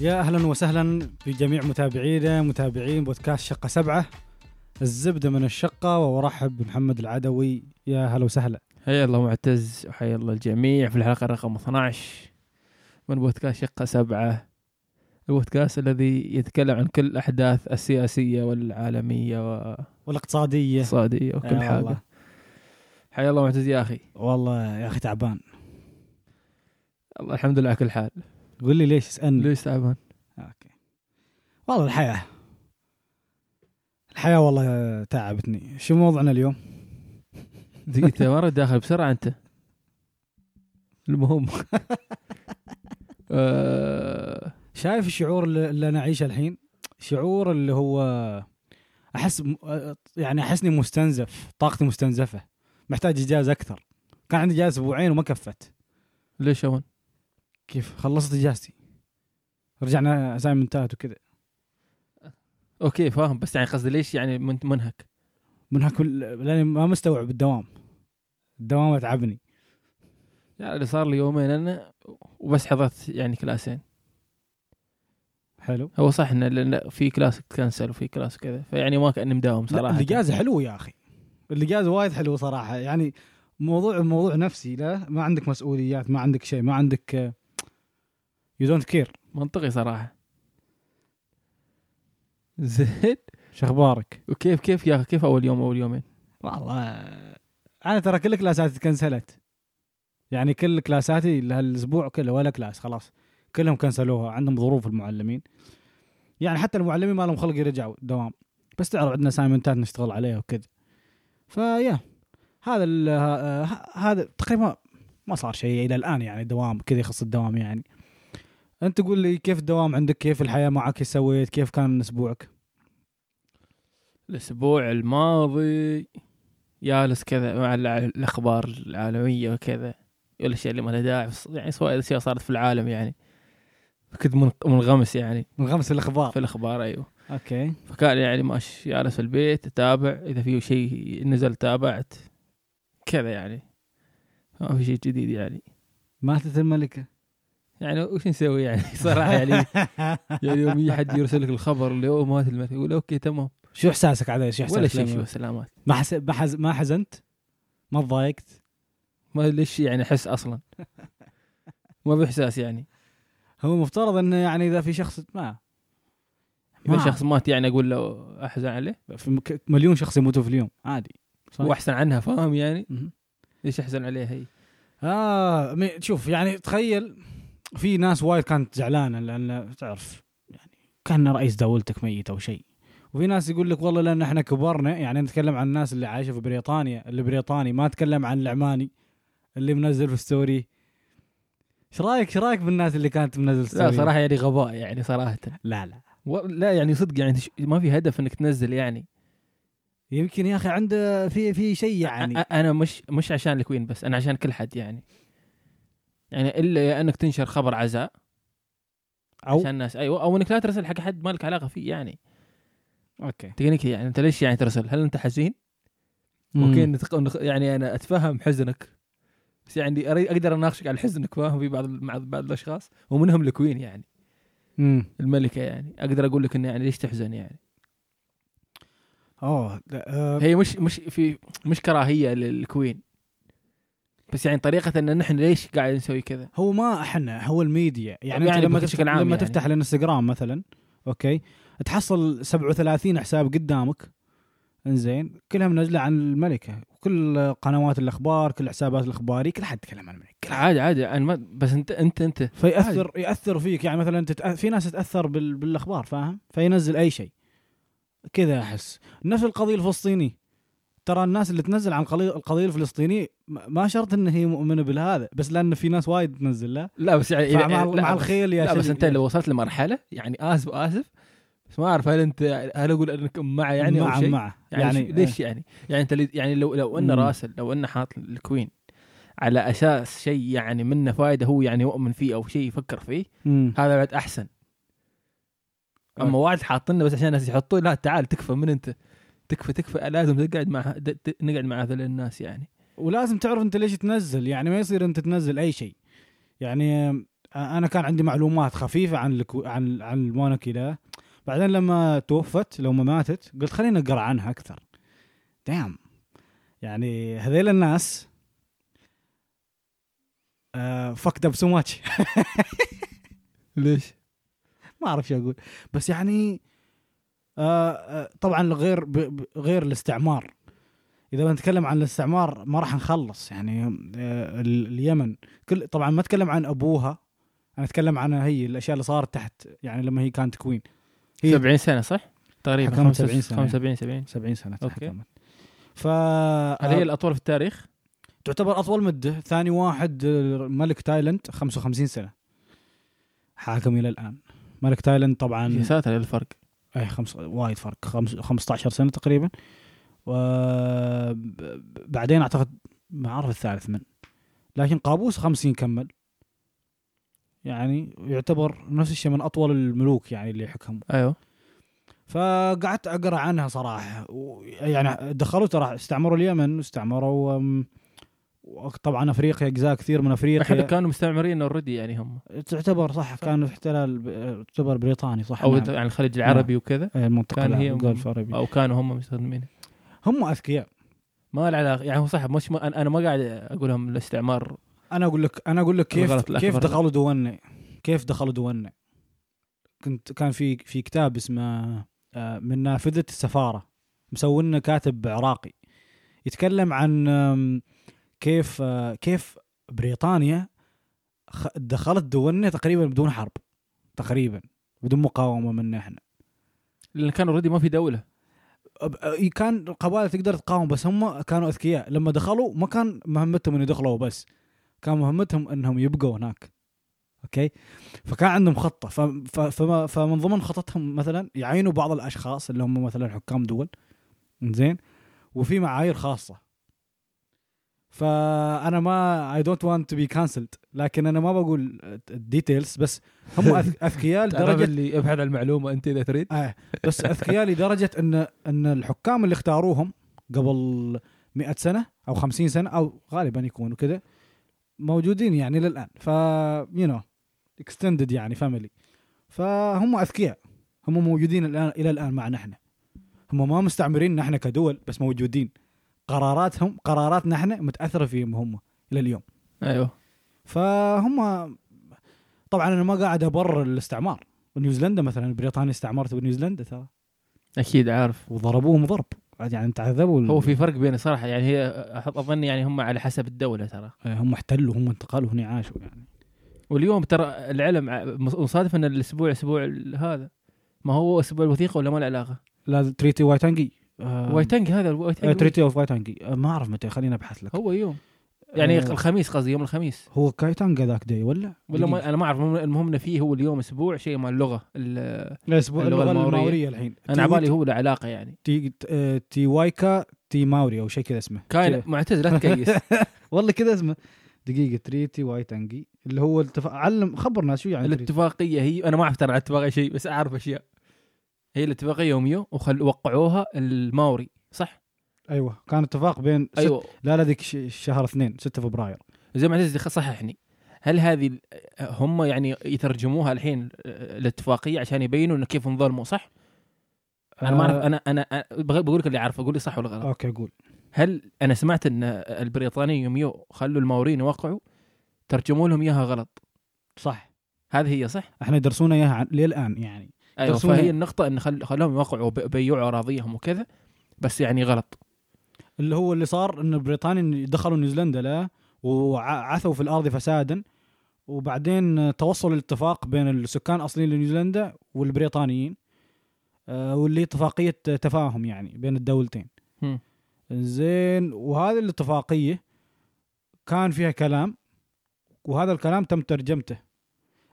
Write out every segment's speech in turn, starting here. يا اهلا وسهلا بجميع متابعينا متابعين بودكاست شقه سبعه الزبده من الشقه وارحب بمحمد العدوي يا هلا وسهلا حيا الله معتز وحيا الله الجميع في الحلقة رقم 12 من بودكاست شقة سبعة البودكاست الذي يتكلم عن كل الأحداث السياسية والعالمية والاقتصادية والاقتصادية وكل يا والله. حاجة حيا الله معتز يا أخي والله يا اخي تعبان الله الحمد لله على كل حال قول لي ليش اسالني ليش تعبان اوكي والله الحياه الحياه والله تعبتني شو موضوعنا اليوم دقيقة مرة داخل بسرعة أنت المهم آه، شايف الشعور اللي اللي انا اعيشه الحين شعور اللي هو احس يعني احسني مستنزف طاقتي مستنزفه محتاج اجازه اكثر كان عندي اجازه اسبوعين وما كفت ليش هون كيف خلصت اجازتي رجعنا اسامي انتهت وكذا أوكي فاهم بس يعني قصدي ليش يعني من- منهك منها كل لاني ما مستوعب الدوام الدوام اتعبني يعني اللي صار لي يومين أنا وبس حضرت يعني كلاسين حلو هو صح انه لان في كلاس تكنسل وفي كلاس كذا فيعني ما كان مداوم لا، صراحه الاجازه حلوه يا اخي الاجازه وايد حلوه صراحه يعني موضوع موضوع نفسي لا ما عندك مسؤوليات ما عندك شيء ما عندك يو دونت كير منطقي صراحه زين شو اخبارك؟ وكيف كيف يا اخي كيف اول يوم اول يومين والله انا ترى كل كلاساتي تكنسلت يعني كل كلاساتي لهالاسبوع كله ولا كلاس خلاص كلهم كنسلوها عندهم ظروف المعلمين يعني حتى المعلمين ما لهم خلق يرجعوا دوام بس تعرف عندنا سايمنتات نشتغل عليها وكذا فيا هذا ال- ه- ه- هذا تقريبا ما صار شيء الى الان يعني دوام كذا يخص الدوام يعني انت قول لي كيف الدوام عندك كيف الحياه معك ايش سويت كيف كان اسبوعك الاسبوع الماضي جالس كذا مع الع- الاخبار العالميه وكذا والاشياء اللي ما لها داعي بس يعني سواء اشياء صارت في العالم يعني فكنت من- منغمس يعني من خمس الاخبار في الاخبار ايوه اوكي فكان يعني ماشي جالس في البيت اتابع اذا في شيء نزل تابعت كذا يعني ما في شيء جديد يعني ماتت الملكه يعني وش نسوي يعني صراحه يعني يعني يوم يجي حد يرسل لك الخبر اللي هو مات الملك يقول اوكي تمام شو احساسك عليه شو احساسك ولا شيء لما- شو سلامات ما حس... ما, حز... ما حزنت ما تضايقت ما ليش يعني احس اصلا ما في احساس يعني هو مفترض انه يعني اذا في شخص ما اذا ما- شخص مات يعني اقول له احزن عليه في مك... مليون شخص يموتوا في اليوم عادي صحيح. واحسن عنها فاهم يعني مهم. ليش احزن عليها هي اه م- شوف يعني تخيل في ناس وايد كانت زعلانه لان تعرف يعني كان رئيس دولتك ميت او شيء وفي ناس يقول لك والله لان احنا كبرنا يعني نتكلم عن الناس اللي عايشه في بريطانيا اللي بريطاني ما اتكلم عن العماني اللي منزل في ستوري ايش رايك ايش رايك بالناس اللي كانت منزل ستوري لا صراحه يعني غباء يعني صراحه لا لا و- لا يعني صدق يعني ش- ما في هدف انك تنزل يعني يمكن يا اخي عنده في في شيء يعني يعني انا مش مش عشان الكوين بس انا عشان كل حد يعني يعني الا يا انك تنشر خبر عزاء او عشان الناس ايوه او انك لا ترسل حق حد مالك علاقه فيه يعني اوكي تكنيكي يعني انت ليش يعني ترسل؟ هل انت حزين؟ ممكن ممكن نتق- نخ- يعني انا اتفهم حزنك بس يعني أري- اقدر اناقشك على حزنك فاهم في بعض مع بعض الاشخاص ومنهم الكوين يعني الملكه يعني اقدر اقول لك انه يعني ليش تحزن يعني اوه لا، آه، هي مش مش في مش كراهيه للكوين بس يعني طريقه ان نحن ليش قاعد نسوي كذا هو ما احنا هو الميديا يعني, يعني انت لما بشكل تفتح عام لما يعني. تفتح الانستغرام مثلا اوكي تحصل 37 حساب قدامك انزين كلها منزله عن الملكه وكل قنوات الاخبار كل حسابات الاخباري كل حد يتكلم عن الملكه كل حد. عادي عادي انا ما بس انت انت انت فيأثر يأثر فيك يعني مثلا تتأ... في ناس تتأثر بال... بالأخبار فاهم فينزل أي شيء كذا أحس نفس القضية الفلسطيني ترى الناس اللي تنزل عن القضية القضية الفلسطينية م- ما شرط إن هي مؤمنة بالهذا بس لأن في ناس وايد تنزل لا لا بس يعني فمع لا مع بس- الخيل يا لا بس شيخ. انت لو وصلت لمرحله يعني اسف اسف بس ما اعرف هل انت هل اقول انك مع يعني مع او شيء مع يعني, يعني يعني ليش يعني؟ يعني انت لي- يعني لو لو انه مم. راسل لو انه حاط الكوين على اساس شيء يعني منه فائده هو يعني يؤمن فيه او شيء يفكر فيه مم. هذا بعد احسن اما واحد حاطينه بس عشان الناس يحطوه لا تعال تكفى من انت تكفى تكفى لازم تقعد مع د- د- نقعد مع هذول الناس يعني ولازم تعرف انت ليش تنزل يعني ما يصير انت تنزل اي شيء يعني انا كان عندي معلومات خفيفه عن الكو... عن عن المونarchy ده بعدين لما توفت لما ماتت قلت خليني اقرا عنها اكثر دام يعني هذيل الناس آه، فكت اب سو ماتش ليش؟ ما اعرف شو اقول بس يعني آه، آه، طبعا غير ب- ب- غير الاستعمار اذا بنتكلم عن الاستعمار ما راح نخلص يعني آه، ال- اليمن كل طبعا ما اتكلم عن ابوها انا اتكلم عن هي الاشياء اللي صارت تحت يعني لما هي كانت كوين هي 70 سنه صح؟ تقريبا حكمت 70 سنة. 75 75 70 70 سنه أوكي. تحكمت ف آه، هل هي الاطول في التاريخ؟ تعتبر اطول مده ثاني واحد آه، ملك تايلند 55 سنه حاكم الى الان ملك تايلند طبعا يا ساتر إيه الفرق اي خمس وايد فرق خمس 15 سنه تقريبا وبعدين اعتقد ما اعرف الثالث من لكن قابوس 50 كمل يعني يعتبر نفس الشيء من اطول الملوك يعني اللي حكموا ايوه فقعدت اقرا عنها صراحه و- يعني دخلوا ترى استعمروا اليمن واستعمروا أم، وطبعا افريقيا اجزاء كثير من احنا افريقيا أيوه. كانوا مستعمرين اوريدي يعني هم تعتبر صح كان احتلال ب- تعتبر بريطاني صح او نعم. يعني الخليج العربي وكذا أي المنطقه كان لا، هي- الجولف العربي او كانوا هم مستخدمين هم اذكياء ما له علاقه يعني هو صح مش ما انا أنا ما قاعد اقول لهم الاستعمار انا اقول لك انا اقول لك كيف الغلط الأكبر. كيف دخلوا دولنا كيف دخلوا دولنا كنت كان في في كتاب اسمه آه، من نافذه السفاره مسوينا كاتب عراقي يتكلم عن آم، كيف آه، كيف بريطانيا خ- دخلت دولنا تقريبا بدون حرب تقريبا بدون مقاومه منا احنا لان كان اوريدي ما في دوله أب- كان القبائل تقدر تقاوم بس هم كانوا اذكياء لما دخلوا ما كان مهمتهم ان يدخلوا بس كان مهمتهم انهم يبقوا هناك اوكي فكان عندهم خطه ف... ف... فما... فمن ضمن خططهم مثلا يعينوا بعض الاشخاص اللي هم مثلا حكام دول زين وفي معايير خاصه فانا ما اي دونت ونت تو بي كانسلد لكن انا ما بقول الديتيلز بس هم أذ- اذكياء لدرجه اللي ابحث عن المعلومه انت اذا تريد آه بس اذكياء لدرجه ان ان الحكام اللي اختاروهم قبل 100 سنه او 50 سنه او غالبا يكونوا كذا موجودين يعني للان ف يو نو اكستندد يعني فاميلي فهم اذكياء هم موجودين الان الى الان معنا احنا هم ما مستعمرين احنا كدول بس موجودين قراراتهم قراراتنا احنا متاثره فيهم هم الى اليوم ايوه فهم طبعا انا ما قاعد ابرر الاستعمار نيوزيلندا مثلا بريطانيا استعمرت نيوزيلندا ترى اكيد عارف وضربوهم ضرب عاد يعني تعذبوا ال- هو في فرق بين صراحه يعني هي اظن يعني هم على حسب الدوله ترى آه، هم احتلوا هم انتقلوا هنا عاشوا يعني واليوم ترى العلم ع- مصادف ان الاسبوع اسبوع ال- هذا ما هو اسبوع الوثيقه ولا ما له علاقه؟ لا تريتي وايتانجي آه، وايتنج هذا الوايتنج تريتي اوف وايتانجي آه، ما اعرف متى خليني ابحث لك هو يوم يعني آه. الخميس قصدي يوم الخميس هو كايتانجا ذاك داي ولا؟ ولا ما انا ما اعرف المهم انه فيه هو اليوم اسبوع شيء مال اللغه ال- الاسبوع اللغة اللغه الماورية. الماوريه الحين انا على بالي هو له علاقه يعني تي آه، تي وايكا تي ماوري او شيء كذا اسمه كاين كذا. معتز لا تكيس والله كذا اسمه دقيقه تريتي وايتانجي اللي هو التف... علم خبرنا شو يعني تريتي. الاتفاقيه هي انا ما اعرف ترى على الاتفاقيه شيء بس اعرف اشياء هي الاتفاقيه يوميه وخل وقعوها الماوري صح؟ ايوه كان اتفاق بين ست... ايوه لا لا ذيك ش- شهر اثنين 6 فبراير زي ما عزيز صححني هل هذه ال- هم يعني يترجموها الحين آه، الاتفاقيه عشان يبينوا انه كيف انظلموا صح؟ انا ما اعرف انا انا أنا بغ- بقول لك اللي اعرفه قول لي صح ولا غلط اوكي آه، قول هل انا سمعت ان البريطانيين يوم يو خلوا الماوريين يوقعوا ترجموا لهم اياها غلط صح هذه هي صح؟ احنا درسونا اياها عن- للان يعني ايوه ترسمون- فهي النقطة ان خل... خلوهم يوقعوا وب- بيعوا اراضيهم وكذا بس يعني غلط اللي هو اللي صار ان بريطانيا دخلوا نيوزيلندا لا وعثوا في الارض فسادا وبعدين توصل الاتفاق بين السكان الاصليين لنيوزيلندا والبريطانيين آه، واللي هي اتفاقيه تفاهم يعني بين الدولتين هم. زين وهذه الاتفاقيه كان فيها كلام وهذا الكلام تم ترجمته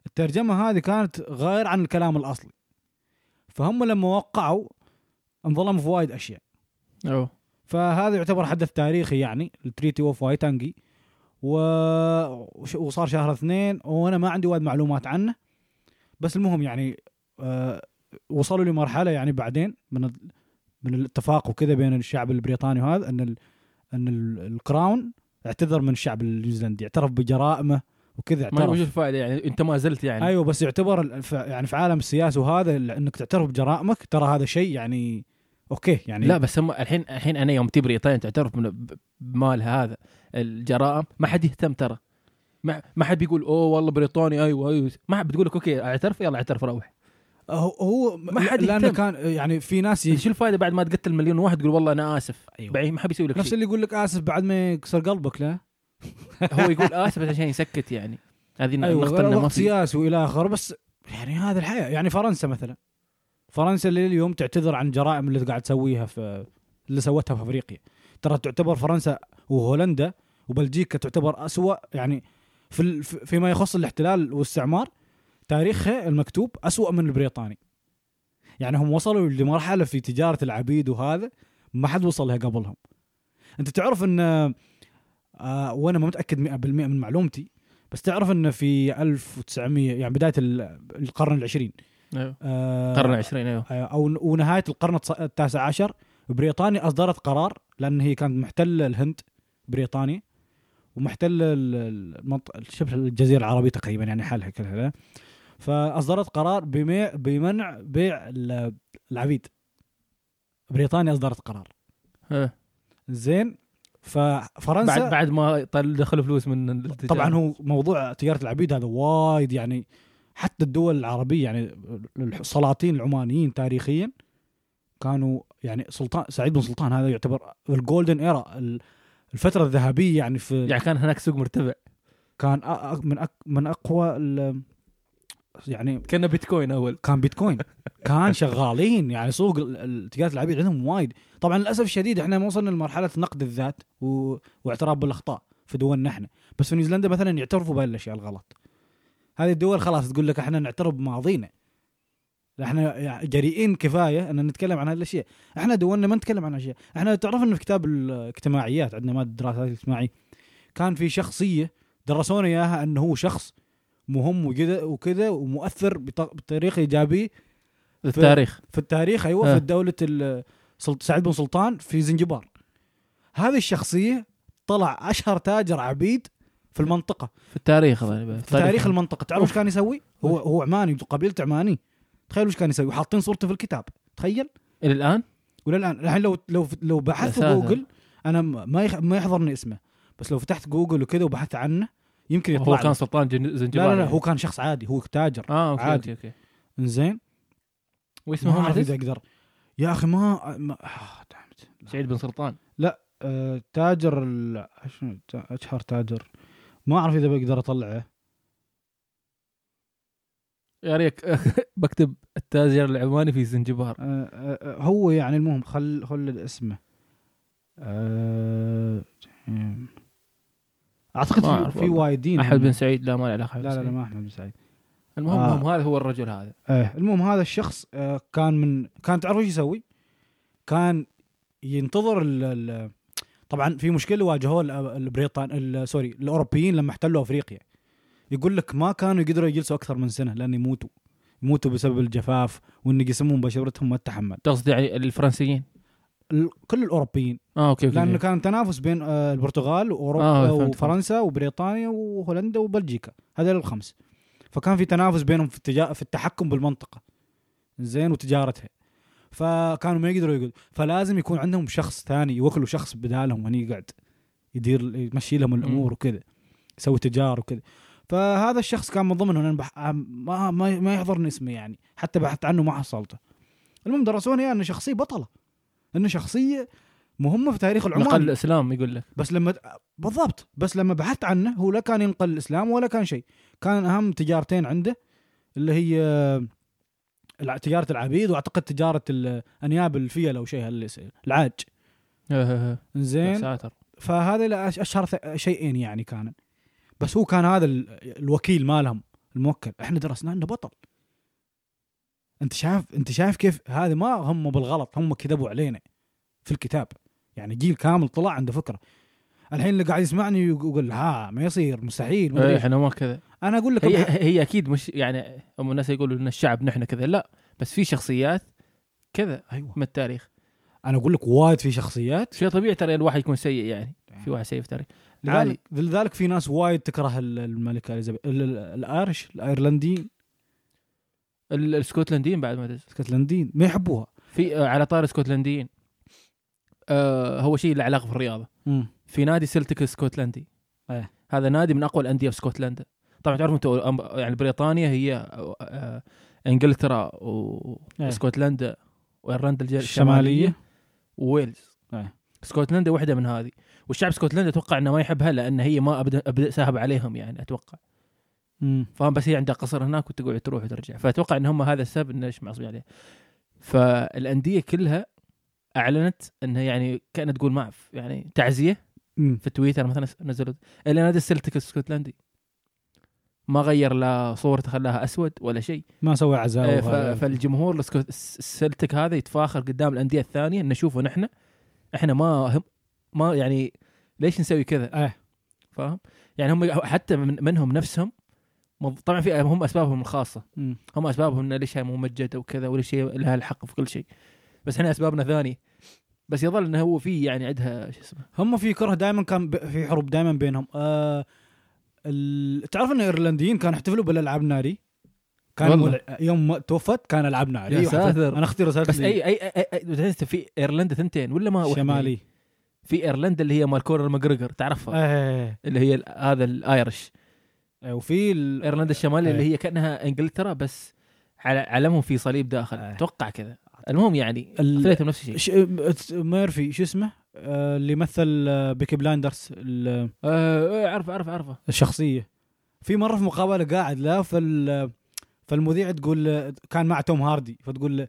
الترجمه هذه كانت غير عن الكلام الاصلي فهم لما وقعوا انظلموا في وايد اشياء ايوه فهذا يعتبر حدث تاريخي يعني التريتي اوف وايتانجي و... وش- وصار شهر اثنين وانا ما عندي وايد معلومات عنه بس المهم يعني آه وصلوا لمرحله يعني بعدين من ال- من الاتفاق وكذا بين الشعب البريطاني وهذا ان ال... ان ال... الكراون اعتذر من الشعب النيوزيلندي اعترف بجرائمه وكذا ما وش اعترف الفائده يعني انت ما زلت يعني ايوه بس يعتبر ال- ف- يعني في عالم السياسه وهذا ال- انك تعترف بجرائمك ترى هذا شيء يعني اوكي يعني لا بس هم الحين الحين انا يوم تبري طيب تعترف من ب- بمال هذا الجرائم ما حد يهتم ترى ما ما حد بيقول اوه والله بريطاني ايوه ايوه ما حد بتقول لك اوكي اعترف يلا اعترف روح هو هو ما حد لانه يهتم. كان يعني في ناس ي... شو الفائده بعد ما تقتل مليون واحد تقول والله انا اسف أيوة. بعدين ما حد بيسوي لك نفس شيء اللي يقول لك اسف بعد ما يكسر قلبك لا هو يقول اسف بس عشان يسكت يعني هذه ايوه النقطه انه ما وقت في سياسي والى اخره بس يعني هذا الحياه يعني فرنسا مثلا فرنسا اللي اليوم تعتذر عن الجرائم اللي قاعد تسويها في اللي سوتها في افريقيا ترى تعتبر فرنسا وهولندا وبلجيكا تعتبر اسوا يعني في ال- في- فيما يخص الاحتلال والاستعمار تاريخها المكتوب اسوا من البريطاني يعني هم وصلوا لمرحله في تجاره العبيد وهذا ما حد وصل لها قبلهم انت تعرف ان آه وانا ما متاكد 100% من معلومتي بس تعرف انه في 1900 يعني بدايه ال- القرن العشرين أيوة. آه، قرن 20 ايوه آه، او ونهايه القرن التس- التاسع عشر بريطانيا اصدرت قرار لان هي كانت محتله الهند بريطانيا ومحتله ال- ال- المنط- شبه الجزيره العربيه تقريبا يعني حالها كلها لا. فاصدرت قرار بمي- بمنع بيع ال- العبيد بريطانيا اصدرت قرار إيه. زين ففرنسا بعد بعد ما طل- دخلوا فلوس من التجارة. طبعا هو موضوع تجاره العبيد هذا وايد يعني حتى الدول العربيه يعني السلاطين العمانيين تاريخيا كانوا يعني سلطان سعيد بن سلطان هذا يعتبر الجولدن ايرا الفتره الذهبيه يعني في يعني كان هناك سوق مرتفع كان أ- أ- من أك من اقوى ال- يعني كان بيتكوين اول كان بيتكوين كان شغالين يعني سوق ال- ال- تجاره العبيد عندهم وايد طبعا للاسف الشديد احنا ما وصلنا لمرحله نقد الذات و... واعتراف بالاخطاء في دولنا احنا بس في نيوزيلندا مثلا يعترفوا بهالاشياء الغلط هذه الدول خلاص تقول لك احنا نعترف بماضينا احنا يعني جريئين كفايه ان نتكلم عن هالاشياء احنا دولنا ما نتكلم عن اشياء احنا تعرف انه في كتاب الاجتماعيات عندنا ماده الدراسات الاجتماعيه كان في شخصيه درسونا اياها انه هو شخص مهم وكذا وكذا ومؤثر بط- بطريقه ايجابيه التاريخ في التاريخ ايوه آه. في دولة ال- سل- سعيد بن سلطان في زنجبار هذه الشخصية طلع اشهر تاجر عبيد في المنطقة في التاريخ غالباً. في تاريخ المنطقة تعرف وش كان يسوي؟ هو طيب. أوف. هو عماني قبيلته عماني تخيل وش كان يسوي وحاطين صورته في الكتاب تخيل الى الان ولا الان الحين لو لو لو بحثت في أساساً. جوجل انا م- ما يخ- ما يحضرني اسمه بس لو فتحت جوجل وكذا وبحثت عنه يمكن هو يطلع كان لي. سلطان جن- زنجبار إيه، لا لا لا يعني. هو كان شخص عادي هو تاجر اه اوكي عادي. عادي. اوكي اوكي انزين واسمه ما هو اعرف اذا عزيز اقدر يا اخي ما, ما... آه دعمت. سعيد بن سلطان آه، تاجر ال- شنو تا- اشهر تاجر ما اعرف اذا بقدر آه، اطلعه يا ريك بكتب التاجر العماني في زنجبار آه، آه، آه، هو يعني المهم خل خل اسمه آه، اعتقد ما في, أعرف في والله. وايدين يعني. احمد بن سعيد لا ما له علاقه لا لا, لا ما احمد بن سعيد المهم آه. المهم هذا هو الرجل هذا آه المهم هذا الشخص آه كان من كان تعرف ايش يسوي؟ كان ينتظر ال ال طبعا في مشكله واجهوها ال- البريطان ال- سوري الاوروبيين لما احتلوا افريقيا يقول لك ما كانوا يقدروا يجلسوا اكثر من سنه لان يموتوا يموتوا بسبب الجفاف وان جسمهم بشرتهم ما تتحمل تقصد يعني الفرنسيين ال- كل الاوروبيين اه اوكي اوكي لانه لانه كان تنافس بين آه، البرتغال واوروبا آه، آه فهمت، فهمت. وفرنسا وبريطانيا وهولندا وبلجيكا هذول الخمس فكان في تنافس بينهم في التجا... في التحكم بالمنطقه زين وتجارتها فكانوا ما يقدروا يقول فلازم يكون عندهم شخص ثاني يوكلوا شخص بدالهم هني قاعد يدير يمشي لهم الامور وكذا يسوي تجار وكذا فهذا الشخص كان من ضمنهم انا بح... ما ما ما يحضرني اسمه يعني حتى بحثت عنه ما حصلته المهم درسوني يعني إياه انه شخصيه بطله انه شخصيه مهمه في تاريخ نقل العماني الاسلام يقول لك بس لما بالضبط بس لما بحثت عنه هو لا كان ينقل الاسلام ولا كان شيء كان اهم تجارتين عنده اللي هي آه، الع- تجاره العبيد واعتقد تجاره ال- انياب الفيل او شيء هاللي يصير، العاج آه، آه، آه. يا زين ساتر فهذا لا- أش- اشهر ث- شيئين يعني كان بس هو كان هذا ال- الوكيل مالهم الموكل احنا درسنا انه بطل انت شايف انت شايف كيف هذه ما هم بالغلط هم كذبوا علينا في الكتاب يعني جيل كامل طلع عنده فكره الحين اللي قاعد يسمعني يقول ها ما يصير مستحيل ما أدري إيه، إيش. احنا ما كذا انا اقول لك هي أبو- هي اكيد مش يعني هم الناس يقولوا ان الشعب نحن كذا لا بس في شخصيات كذا ايوه من التاريخ انا اقول لك وايد في شخصيات شيء طبيعي ترى الواحد يكون سيء يعني في واحد سيء في التاريخ لذلك لذلك في ناس وايد تكره ال- الملكه اليزابيث ال- ال- الايرش الايرلنديين ال- الاسكتلنديين بعد ما تدري الاسكتلنديين ما يحبوها في آه، على طار الاسكتلنديين آه هو شيء له علاقه في الرياضه مم. في نادي سلتك الاسكتلندي إيه. هذا نادي من اقوى الانديه في اسكتلندا طبعا تعرف انت أم- يعني بريطانيا هي آه، آه، انجلترا و- إيه. واسكتلندا وايرلندا الج- الشماليه الشماليه وويلز إيه. اسكتلندا واحده من هذه والشعب الاسكتلندي اتوقع انه ما يحبها لان هي ما ابدا ابدا ساهب عليهم يعني اتوقع مم. فاهم بس هي عندها قصر هناك وتقعد تروح وترجع فاتوقع ان هم هذا السبب انه ليش معصبين عليه فالانديه كلها اعلنت انها يعني كانها تقول ما أعرف، يعني تعزيه مم. في تويتر مثلا نزلت الا نادي السلتك الاسكتلندي ما غير لا صورته خلاها اسود ولا شيء ما سوى آه، عزاء ف- وهذا. فالجمهور الاسكت- الس- السلتك هذا يتفاخر قدام الانديه الثانيه انه شوفوا نحن احنا ما هم ما يعني ليش نسوي كذا؟ إيه. فاهم؟ يعني هم حتى من منهم نفسهم مض- طبعا في هم اسبابهم الخاصه مم. هم اسبابهم انه ليش هي ممجده وكذا وليش هي لها الحق في كل شيء بس احنا اسبابنا ثانيه بس يظل انه هو في يعني عندها شو اسمه هم في كره دائما كان ب... في حروب دائما بينهم آه... ال... تعرف ان الايرلنديين كانوا يحتفلوا بالالعاب ناري كان والله. مول... يوم ما توفت كان العاب ناري يا وحتى- ساتر. انا اختي رسالت بس لي اي اي اي, أي تحس في ايرلندا ثنتين ولا ما واحدة؟ شمالي في ايرلندا اللي هي مال كونر ماجريجر تعرفها إيه، إيه، اللي هي ال- هذا الايرش إيه. وفي ال... ايرلندا الشماليه إيه. اللي هي كانها انجلترا بس على علمهم في صليب داخل إيه. اتوقع كذا المهم يعني ال- ثلاثهم نفس الشيء ش... ات- ميرفي شو اسمه آه، اللي مثل آه، بيكي بلاندرز ال- آه، آه، اعرف اعرف اعرفه الشخصيه في مره في مقابله قاعد له فال فالمذيعه تقول له- كان مع توم هاردي فتقول له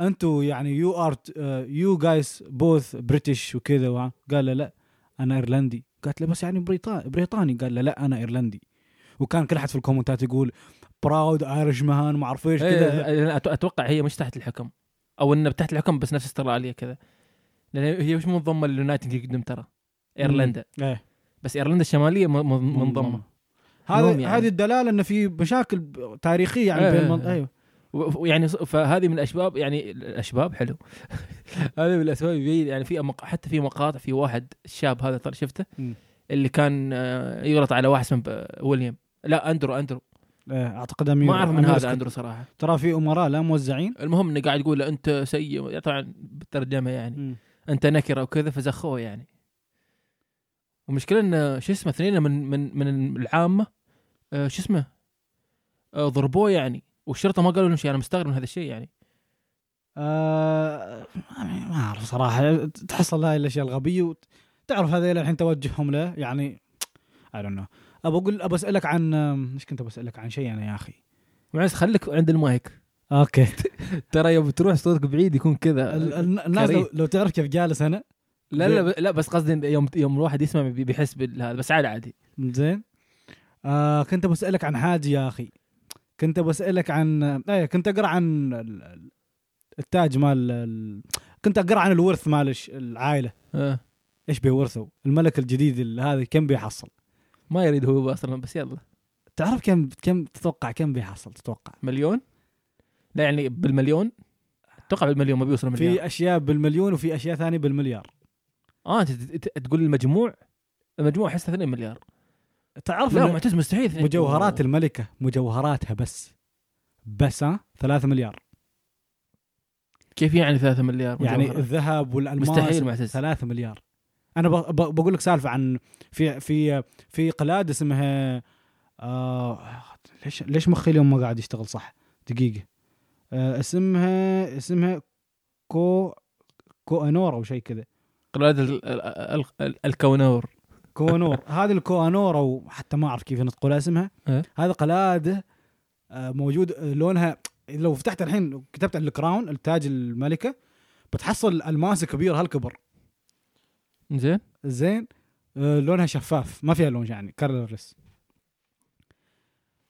انتوا يعني يو ار يو جايز بوث بريتش وكذا وها. قال له لا انا ايرلندي قالت له بس يعني بريطاني بريطاني قال له لا انا ايرلندي وكان كل احد في الكومنتات يقول براود ايرش مان ما اعرف ايش كذا إيه، أت- اتوقع هي مش تحت الحكم او انه تحت الحكم بس نفس استراليا كذا لان هي مش منضمه لليونايتد كينجدوم ترى ايرلندا إيه. بس ايرلندا الشماليه م- م- منضمه المهم هذا يعني. هذه الدلاله ان في مشاكل ب- تاريخيه يعني إيه، بين إيه، المنطقة. إيه. ايوه و- ويعني ص- فهذه من الاشباب يعني الاشباب حلو هذه من الاسباب يبين يعني في مق... حتى في مقاطع في واحد الشاب هذا ترى شفته مم. اللي كان آه، يغلط على واحد اسمه ب- ويليام لا اندرو اندرو إيه، اعتقد امير ما اعرف من أمير هذا سكوت. اندرو صراحه ترى في امراء لا موزعين المهم انه قاعد يقول له انت سيء طبعا بالترجمه يعني مم. انت نكره وكذا فزخوه يعني المشكله ان شو اسمه اثنين من من من العامه آه، شو اسمه آه، ضربوه يعني والشرطه ما قالوا لهم شيء انا مستغرب من هذا الشيء يعني آه ما اعرف صراحه تحصل هاي الاشياء الغبيه وتعرف هذا الى الحين توجههم له يعني I don't know ابى اقول ابى اسالك عن ايش كنت بسالك عن شيء انا يا اخي معز خليك عند المايك اوكي ترى يوم تروح صوتك بعيد يكون كذا ال- ال- الناس كريه. لو, لو تعرف كيف جالس انا لا لا لا بس قصدي إن يوم يوم الواحد يسمع بي- بيحس بالهذا بس عادي عادي زين آه كنت بسالك عن حاجه يا اخي كنت بسالك عن ايه كنت اقرا عن ال- ال- التاج مال ال- كنت اقرا عن الورث مال الش- العائله آه. ايش بيورثوا الملك الجديد ال- هذا كم بيحصل ما يريد هو اصلا بس يلا تعرف كم كم تتوقع كم بيحصل تتوقع مليون لا يعني بالمليون اتوقع بالمليون ما بيوصل مليون في اشياء بالمليون وفي اشياء ثانيه بالمليار اه انت ت- ت- تقول المجموع المجموع احسه 2 مليار تعرف لا إن معتز مستحيل اثنين. مجوهرات الملكه مجوهراتها بس بس ها ثلاثة مليار كيف يعني 3 مليار يعني مجوهرات؟ الذهب والالماس مستحيل معتز ثلاثة مليار انا ب- ب- بقول لك سالفه عن في في في قلاده اسمها آه ليش ليش مخي اليوم ما قاعد يشتغل صح دقيقه آه اسمها اسمها كو كوانور او شيء كذا قلادة ال- ال- ال- ال- الكونور كونور هذه الكوانور او حتى ما اعرف كيف ينطقوا لها اسمها إيه. هذا قلاده آه، موجود آه، لونها لو فتحت الحين كتبت على الكراون التاج الملكه بتحصل الماس كبير هالكبر زين زين آه، لونها شفاف ما فيها لون يعني كلرلس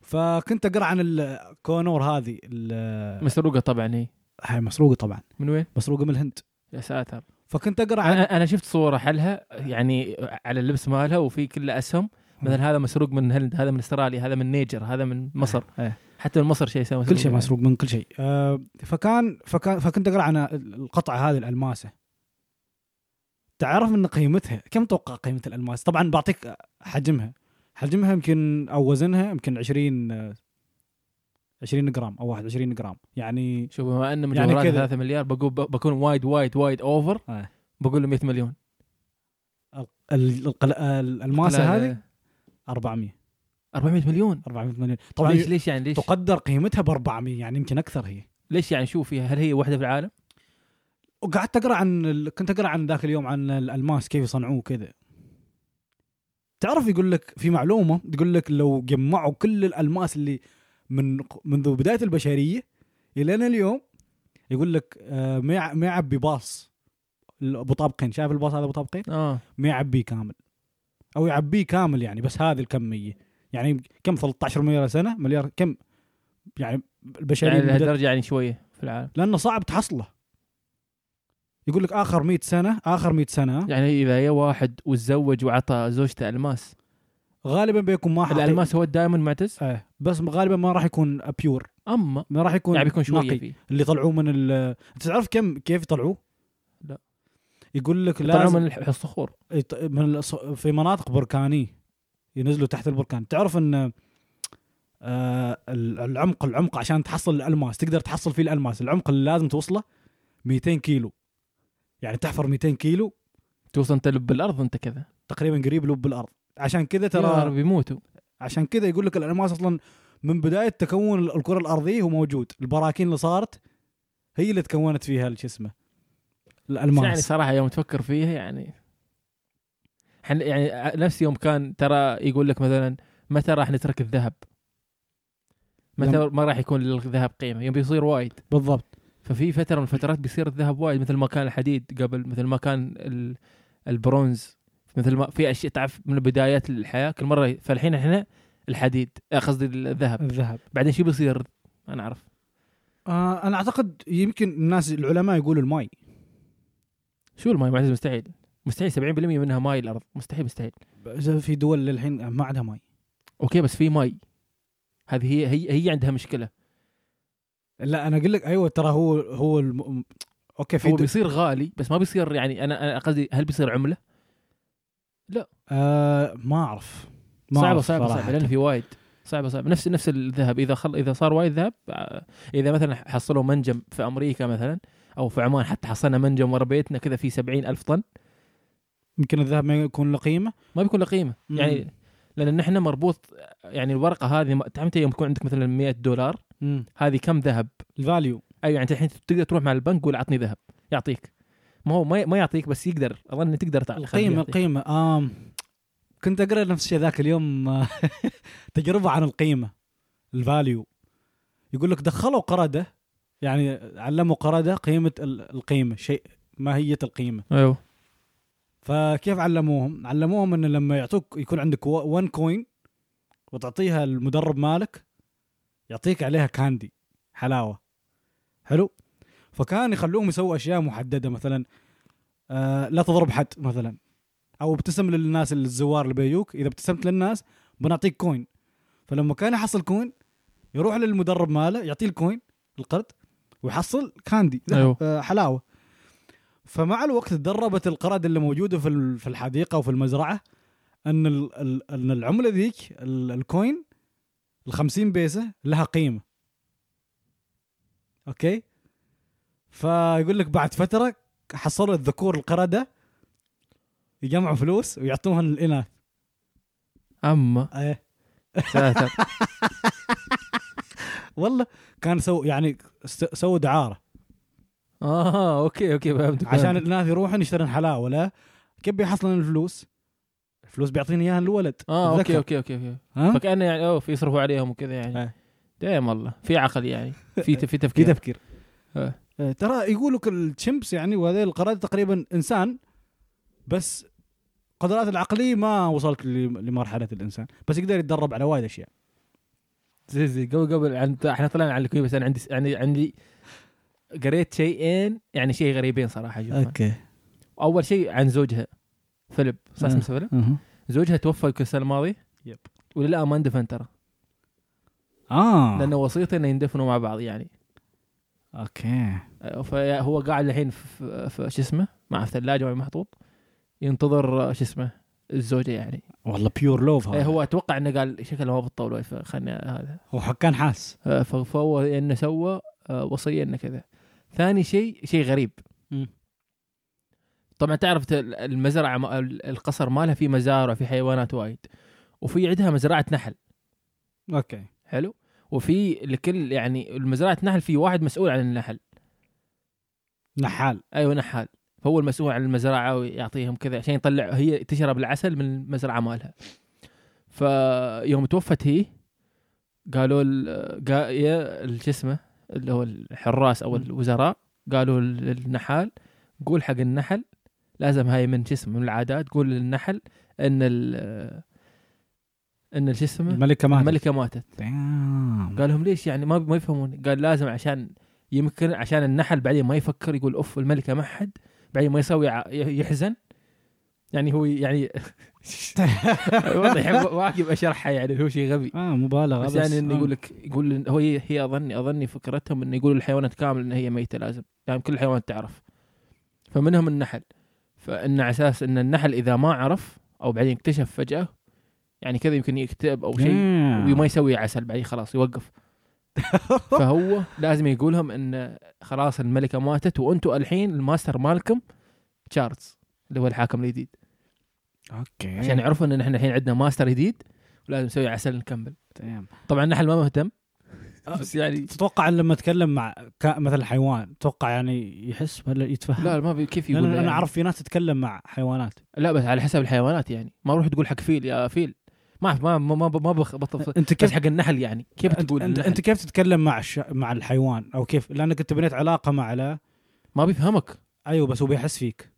فكنت اقرا عن الكونور هذه ال- مسروقه طبعا هي هاي مسروقه طبعا من وين؟ مسروقه من الهند يا ساتر فكنت اقرا عن انا انا شفت صوره حلها يعني على اللبس مالها وفي كله اسهم مثلا هذا مسروق من هند هذا من استراليا هذا من نيجر هذا من مصر إيه. حتى من مصر شيء يسمى كل شيء مسروق من كل شيء آه، فكان فكان فكنت اقرا عن القطعه هذه الالماسه تعرف ان قيمتها كم توقع قيمه الالماس طبعا بعطيك حجمها حجمها يمكن او وزنها يمكن 20 آه، 20 جرام او 21 جرام يعني شوف بما ان يعني مجوهرات كذا. 3 مليار بقول ب- بكون وايد وايد وايد اوفر آه. بقول له 100 مليون ال- القل- آه، الالماسه لا، لا، هذه 400 400 مليون 400 مليون طبعا طبعا ليش ليش يعني ليش تقدر قيمتها ب 400 يعني يمكن اكثر هي ليش يعني شو فيها هل هي وحده في العالم؟ وقعدت اقرا عن ال... كنت اقرا عن ذاك اليوم عن الالماس كيف يصنعوه كذا تعرف يقول لك في معلومه تقول لك لو جمعوا كل الالماس اللي من منذ بدايه البشريه الى اليوم يقول لك آه، ما يع- ما يعبي باص ال- ابو طابقين شايف الباص هذا ابو طابقين اه ما يعبيه كامل او يعبيه كامل يعني بس هذه الكميه يعني كم 13 مليار سنه مليار كم يعني البشريه يعني بدأت- لهالدرجه يعني شويه في العالم لانه صعب تحصله يقول لك اخر 100 سنه اخر 100 سنه يعني اذا يا واحد وتزوج وعطى زوجته الماس غالبا بيكون ما حقيقي. الالماس هو دائما معتز آه بس غالبا ما راح يكون بيور اما ما راح يكون يعني بيكون شويه نقي. فيه اللي طلعوه من ال انت تعرف كم كيف طلعوه؟ لا. يقول لك طلعوا لازم من الح- الصخور يط- من الص- في مناطق بركانيه ينزلوا تحت البركان تعرف ان آه ال- العمق العمق عشان تحصل الالماس تقدر تحصل فيه الالماس العمق اللي لازم توصله 200 كيلو يعني تحفر 200 كيلو توصل انت لب الارض انت كذا تقريبا قريب لب الارض عشان كذا يا ترى رب يموتوا عشان كذا يقول لك الالماس اصلا من بدايه تكون الكره الارضيه هو موجود البراكين اللي صارت هي اللي تكونت فيها شو اسمه بس يعني الالماس صراحه يوم تفكر فيها يعني حن يعني نفس يوم كان ترى يقول لك مثلا متى راح نترك الذهب؟ متى ما راح يكون للذهب قيمه يوم بيصير وايد بالضبط ففي فتره من الفترات بيصير الذهب وايد مثل ما كان الحديد قبل مثل ما كان ال- البرونز مثل ما في اشياء تعرف من بدايات الحياه كل مره فالحين احنا الحديد آه، قصدي الذهب الذهب بعدين شو بيصير؟ انا اعرف آه انا اعتقد يمكن الناس العلماء يقولوا الماي شو الماي معتز مستحيل مستحيل 70% منها ماي الارض مستحيل مستحيل بس في دول للحين ما عندها ماي اوكي بس في ماي هذه هي هي هي عندها مشكله لا انا اقول لك ايوه ترى هو هو الم... اوكي في هو دول بيصير غالي بس ما بيصير يعني انا انا قصدي هل بيصير عمله؟ آه ما اعرف ما صعبه أعرف صعبه صراحة. صعبه لان في وايد صعبه صعبه نفس نفس الذهب اذا خل اذا صار وايد ذهب آه، اذا مثلا حصلوا منجم في امريكا مثلا او في عمان حتى حصلنا منجم ورا بيتنا كذا في سبعين ألف طن يمكن الذهب ما يكون له قيمه ما بيكون له قيمه مم. يعني لان نحن مربوط يعني الورقه هذه ما- تعرف أنت يوم يكون عندك مثلا 100 دولار هذه كم ذهب الفاليو ايوه يعني أنت الحين تقدر تروح مع البنك تقول اعطني ذهب يعطيك ما هو ما ما يعطيك بس يقدر اظن إنه تقدر تع- خليه القيمة يعطيك. القيمة آم كنت اقرا نفس الشيء ذاك اليوم آه، تجربة عن القيمة الفاليو يقول لك دخلوا قردة يعني علموا قردة قيمة ال- القيمة شيء ماهية القيمة ايوه فكيف علموهم؟ علموهم ان لما يعطوك يكون عندك 1 كوين وتعطيها المدرب مالك يعطيك عليها كاندي حلاوه حلو؟ فكان يخلوهم يسووا اشياء محدده مثلا آه لا تضرب حد مثلا او ابتسم للناس الزوار اللي بيجوك اذا ابتسمت للناس بنعطيك كوين فلما كان يحصل كوين يروح للمدرب ماله يعطيه الكوين القرد ويحصل كاندي أيوه. آه حلاوه فمع الوقت تدربت القرد اللي موجوده في ال- في الحديقه وفي المزرعه ان ال- ال- ان العمله ذيك ال- الكوين ال 50 بيسه لها قيمه اوكي فيقول لك بعد فتره حصلوا الذكور القرده يجمعوا فلوس ويعطوها للاناث اما ايه ساتر والله كان سو يعني س- سووا دعاره اه اوكي اوكي فهمتك عشان فهمتك. الناس يروحون يشترون حلاوه لا كيف بيحصلون الفلوس؟ الفلوس بيعطيني اياها الولد اه الذكر. اوكي اوكي اوكي اوكي ها؟ فكانه يعني اوف يصرفوا عليهم وكذا يعني إيه. دايم والله في عقل يعني في ت- في في تفكير تفكير إيه. آه، ترى يقولوا لك الشمبس يعني وهذه القرادة تقريبا انسان بس قدرات العقليه ما وصلت ل- لمرحله الانسان بس يقدر يتدرب على وايد اشياء زي زي قبل قبل عن احنا طلعنا على الكويت بس انا عندي يعني عندي قريت شيئين يعني شيء غريبين صراحه جدا اول شيء عن زوجها فيليب صح اسمه آه. فيليب أها. زوجها توفى يمكن السنه الماضيه يب. وللان ما اندفن ترى اه لانه وصيته انه يندفنوا مع بعض يعني آه، اوكي فهو قاعد الحين في, في شو اسمه مع في ثلاجه محطوط ينتظر آه، شو اسمه الزوجه يعني والله بيور لوف آه، هذا إيه، هو هو اتوقع انه قال شكله ما بالطاوله فخلني هذا هو كان حاس آه، ف- فهو انه سوى آه، وصيه انه كذا ثاني شيء شيء غريب مم. طبعا تعرف ت- المزرعه ما- ال- القصر مالها فيه مزارع فيه حيوانات وايد وفي عندها مزرعه نحل اوكي حلو وفي لكل يعني المزرعه نحل في واحد مسؤول عن النحل نحال ايوه نحال فهو المسؤول عن المزرعه ويعطيهم كذا عشان يطلع هي تشرب العسل من المزرعه مالها فيوم توفت هي قالوا ال- قا- يا ال- شو اسمه اللي هو الحراس او مم. الوزراء قالوا للنحال قول حق النحل لازم هاي من شو اسمه من العادات قول للنحل ان ال ان شو اسمه الملكه ماتت الملكه ماتت دام. قال لهم ليش يعني ما ما يفهمون قال لازم عشان يمكن عشان النحل بعدين ما يفكر يقول اوف الملكه ما حد بعدين ما يسوي ع- يحزن يعني هو يعني والله يحب واجب اشرحها يعني هو شيء غبي اه مبالغه بس بس يعني انه آه. يقول لك يقول إن هو هي هي اظني اظني فكرتهم انه يقول الحيوانات كامل ان هي ميته لازم يعني كل الحيوانات تعرف فمنهم النحل فان على اساس ان النحل اذا ما عرف او بعدين اكتشف فجاه يعني كذا يمكن يكتئب او شيء دام. وما يسوي عسل بعدين خلاص يوقف فهو لازم يقولهم ان خلاص الملكه ماتت وانتم الحين الماستر مالكم تشارلز اللي هو الحاكم الجديد اوكي عشان يعرفوا ان احنا الحين عندنا ماستر جديد ولازم نسوي عسل نكمل دام. طبعا نحل ما مهتم بس يعني تتوقع لما اتكلم مع كا- مثل حيوان تتوقع يعني يحس ولا يتفهم لا ما بي- كيف لأن يقول انا يعني. اعرف في ناس تتكلم مع حيوانات لا بس على حسب الحيوانات يعني ما روح تقول حق فيل يا فيل ما أعرف، ما ما ما, ما بخ- بطف انت بس كيف حق النحل يعني كيف انت, تقول انت, النحل؟ انت كيف تتكلم مع الش... مع الحيوان او كيف لانك انت بنيت علاقه مع لا ما بيفهمك ايوه بس هو بيحس فيك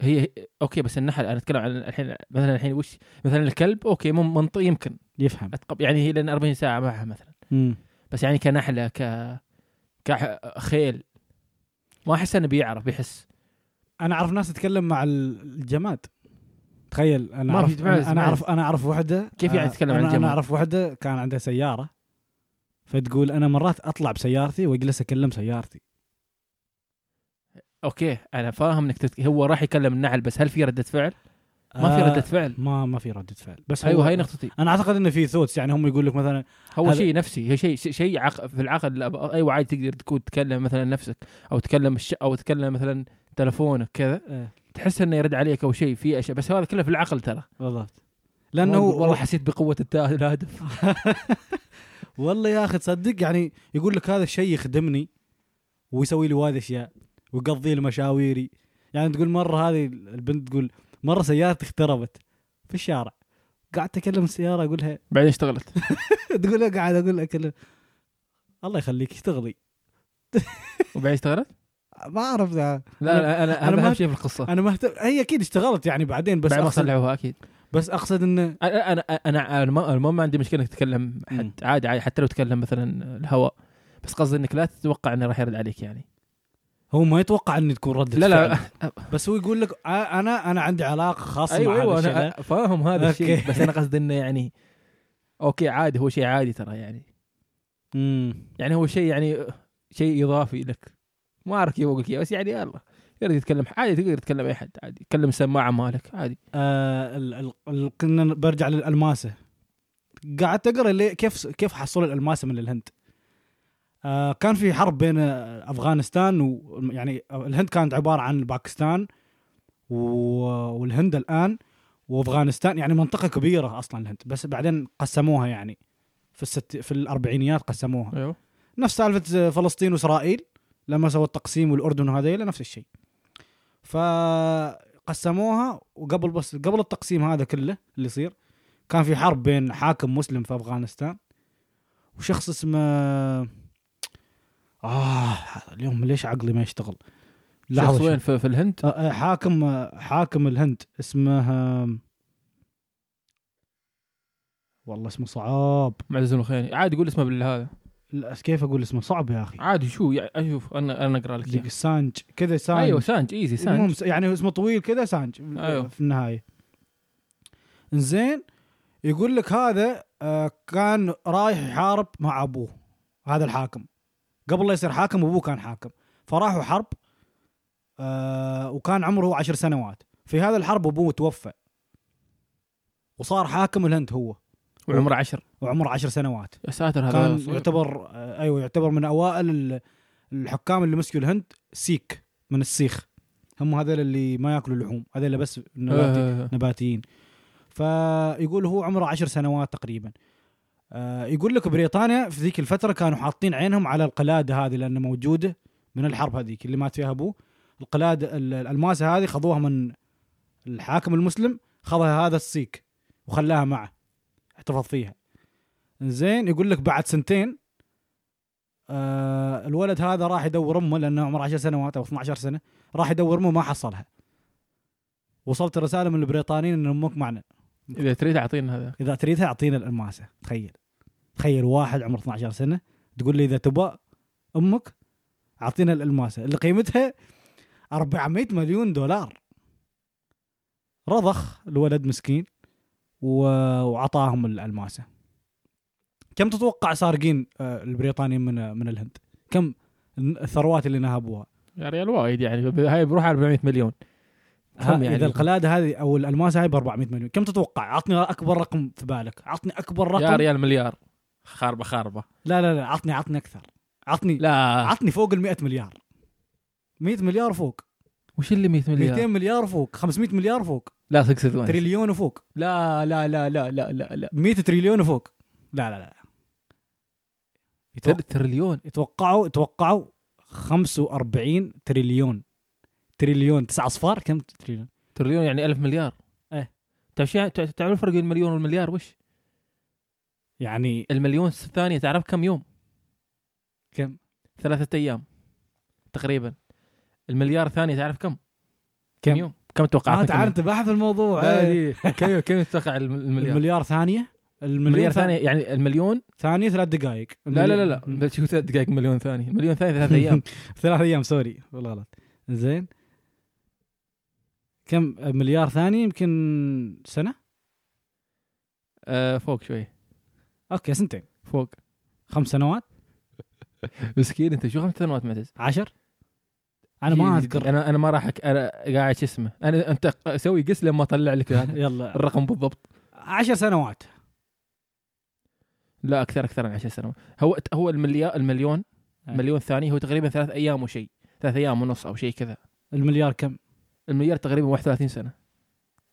هي اوكي بس النحل انا اتكلم عن الحين مثلا الحين وش مثلا الكلب اوكي مم- منطقي يمكن يفهم أتقب يعني هي لان 40 ساعه معها مثلا امم بس يعني كنحله ك كخيل ما احس انه بيعرف بيحس انا اعرف ناس تتكلم مع ال- الجماد تخيل انا ما اعرف في- ما- انا ما- اعرف انا اعرف وحده كيف يعني آه، تتكلم عن أنا- الجماد؟ انا اعرف وحده كان عندها سياره فتقول انا مرات اطلع بسيارتي واجلس اكلم سيارتي اوكي انا فاهم انك تت... هو راح يكلم النحل بس هل في رده فعل؟ ما في آه، رده فعل ما ما في رده فعل بس هو- ايوه هاي نقطتي انا اعتقد انه في ثوتس يعني هم يقول لك مثلا هو هذا- شيء نفسي هي شيء شيء عق... في العقل الأب- ايوه عادي تقدر تكون تكلم مثلا نفسك او تكلم الش... او تكلم مثلا تلفونك كذا آه، تحس انه يرد عليك او شيء في اشياء بس هذا كله في العقل ترى بالضبط لانه هو- والله حسيت بقوه الت- الهدف والله يا اخي تصدق يعني يقول لك هذا الشيء يخدمني ويسوي لي وايد اشياء ويقضي لي مشاوير يعني تقول مره هذه البنت تقول مره سيارتي اختربت في الشارع قعدت اكلم السياره اقولها بعدين اشتغلت تقول لها قاعد اقول اكلم الله يخليك اشتغلي وبعدين اشتغلت؟ ما اعرف ذا لا لا انا أنا انا ما- اهم شيء في القصه انا ما اهتم هي اكيد اشتغلت يعني بعدين بس بس بعد ما أقصد صلحوها اكيد بس اقصد انه انا انا انا, أنا ما, أنا ما عندي مشكله انك تتكلم مم. حد عادي عادي حتى لو تكلم مثلا الهواء بس قصدي انك لا تتوقع انه راح يرد عليك يعني هو ما يتوقع اني تكون رده لا لا فعل. بس هو يقول لك آه، انا انا عندي علاقه خاصه ايوه مع ايوه هذا انا الشيء فاهم هذا الشيء أوكي. بس انا قصدي انه يعني اوكي عادي هو شيء عادي ترى يعني أمم. يعني هو شيء يعني شيء اضافي لك ما اعرف كيف اقول لك إياه، بس يعني يلا تقدر تتكلم عادي تقدر تتكلم اي حد عادي تكلم السماعه مالك عادي آه ال- ال- ال- كنا برجع للالماسه قعدت اقرا ليه كيف كيف حصلوا الالماسه من الهند آه كان في حرب بين آه، افغانستان و يعني الهند كانت عباره عن باكستان و- والهند الان وافغانستان يعني منطقه كبيره اصلا الهند بس بعدين قسموها يعني في الست في الاربعينيات قسموها ايوه نفس سالفه فلسطين واسرائيل لما سووا التقسيم والاردن وهذيلا نفس الشيء فقسموها وقبل بس قبل التقسيم هذا كله اللي يصير كان في حرب بين حاكم مسلم في افغانستان وشخص اسمه اه اليوم ليش عقلي ما يشتغل لحظة شخص شوي. وين في, في الهند آه، آه، حاكم آه، حاكم الهند اسمه آم، والله اسمه صعب معزز الخياني عادي قول اسمه بالهذا لا، كيف اقول اسمه صعب يا اخي عادي شو يعني اشوف انا انا اقرا لك إياه. دق سانج كذا سانج ايوه سانج ايزي المهم سانج س- يعني اسمه طويل كذا سانج أيوه. في النهايه زين يقول لك هذا آه، كان رايح يحارب مع ابوه هذا الحاكم قبل لا يصير حاكم ابوه كان حاكم فراحوا حرب آه، وكان عمره 10 سنوات في هذا الحرب ابوه توفى وصار حاكم الهند هو وعمره عشر وعمره عشر سنوات يا ساتر هذا كان صعب. يعتبر آه، ايوه يعتبر من اوائل ال- الحكام اللي مسكوا الهند سيك من السيخ هم هذول اللي ما ياكلوا لحوم هذول بس نباتي آه. نباتيين فيقول هو عمره عشر سنوات تقريبا آه، يقول لك بريطانيا في ذيك الفترة كانوا حاطين عينهم على القلادة هذه لأنها موجودة من الحرب هذيك اللي مات فيها أبوه القلادة ال- الألماسة هذه خذوها من الحاكم المسلم خذها هذا السيك وخلاها معه احتفظ فيها زين يقول لك بعد سنتين آه الولد هذا راح يدور امه لانه عمره 10 سنوات او 12 سنه راح يدور امه ما حصلها وصلت رساله من البريطانيين ان امك معنا اذا تريد اعطينا هذا اذا تريدها اعطينا الالماسه تخيل تخيل واحد عمره 12 سنه تقول لي اذا تبى امك اعطينا الالماسه اللي قيمتها 400 مليون دولار رضخ الولد مسكين و... وعطاهم الالماسه كم تتوقع سارقين آه، البريطانيين من من الهند كم الثروات اللي نهبوها يا ريال وايد يعني هاي بروح 400 مليون ها- كم يعني؟ اذا القلاده هذه او الالماسه هاي ب 400 مليون كم تتوقع عطني اكبر رقم في بالك عطني اكبر رقم يا ريال مليار خاربه خاربه لا لا لا عطني عطني اكثر عطني لا. لا عطني فوق ال 100 مليار 100 مليار فوق وش اللي 100 200 مليار؟ طيب. مليار فوق 500 مليار فوق لا سكسس لا تريليون وفوق لا لا لا لا لا لا 100 تريليون وفوق لا لا لا تر- يتوقع- تريليون يتوقعوا يتوقعوا 45 تريليون تريليون تسع اصفار كم تريليون تريليون يعني ألف مليار إيه. تعرف شو يعني- تع- تعرف الفرق بين المليون والمليار وش؟ يعني المليون الثانية تعرف كم يوم؟ كم ثلاثة أيام تقريبا المليار الثانية تعرف كم؟ كم يوم؟ كم توقع؟ آه تعال انت باحث الموضوع لا، إيه. دي- كم يوم- كم يوم تتوقع الم- المليار؟ المليار ثانيه المليار المليار ثانية يعني المليون ثانيه ثلاث دقائق لا لا لا لا بس شو ثلاث دقائق مليون ثاني مليون ثاني ثلاث ايام ثلاث ايام سوري والله غلط زين كم مليار ثاني يمكن سنه آه فوق شوي اوكي سنتين فوق خمس سنوات مسكين انت شو خمس سنوات معتز عشر انا ما جديد. اذكر انا انا ما راح أك... أنا قاعد شو اسمه انا انت ق- سوي قس لما اطلع لك هذا يلا الرقم بالضبط عشر سنوات لا اكثر اكثر من 10 سنوات هو هو المليار المليون أي. مليون ثاني هو تقريبا ثلاث ايام وشيء ثلاث ايام ونص او شيء كذا المليار كم؟ المليار تقريبا 31 سنه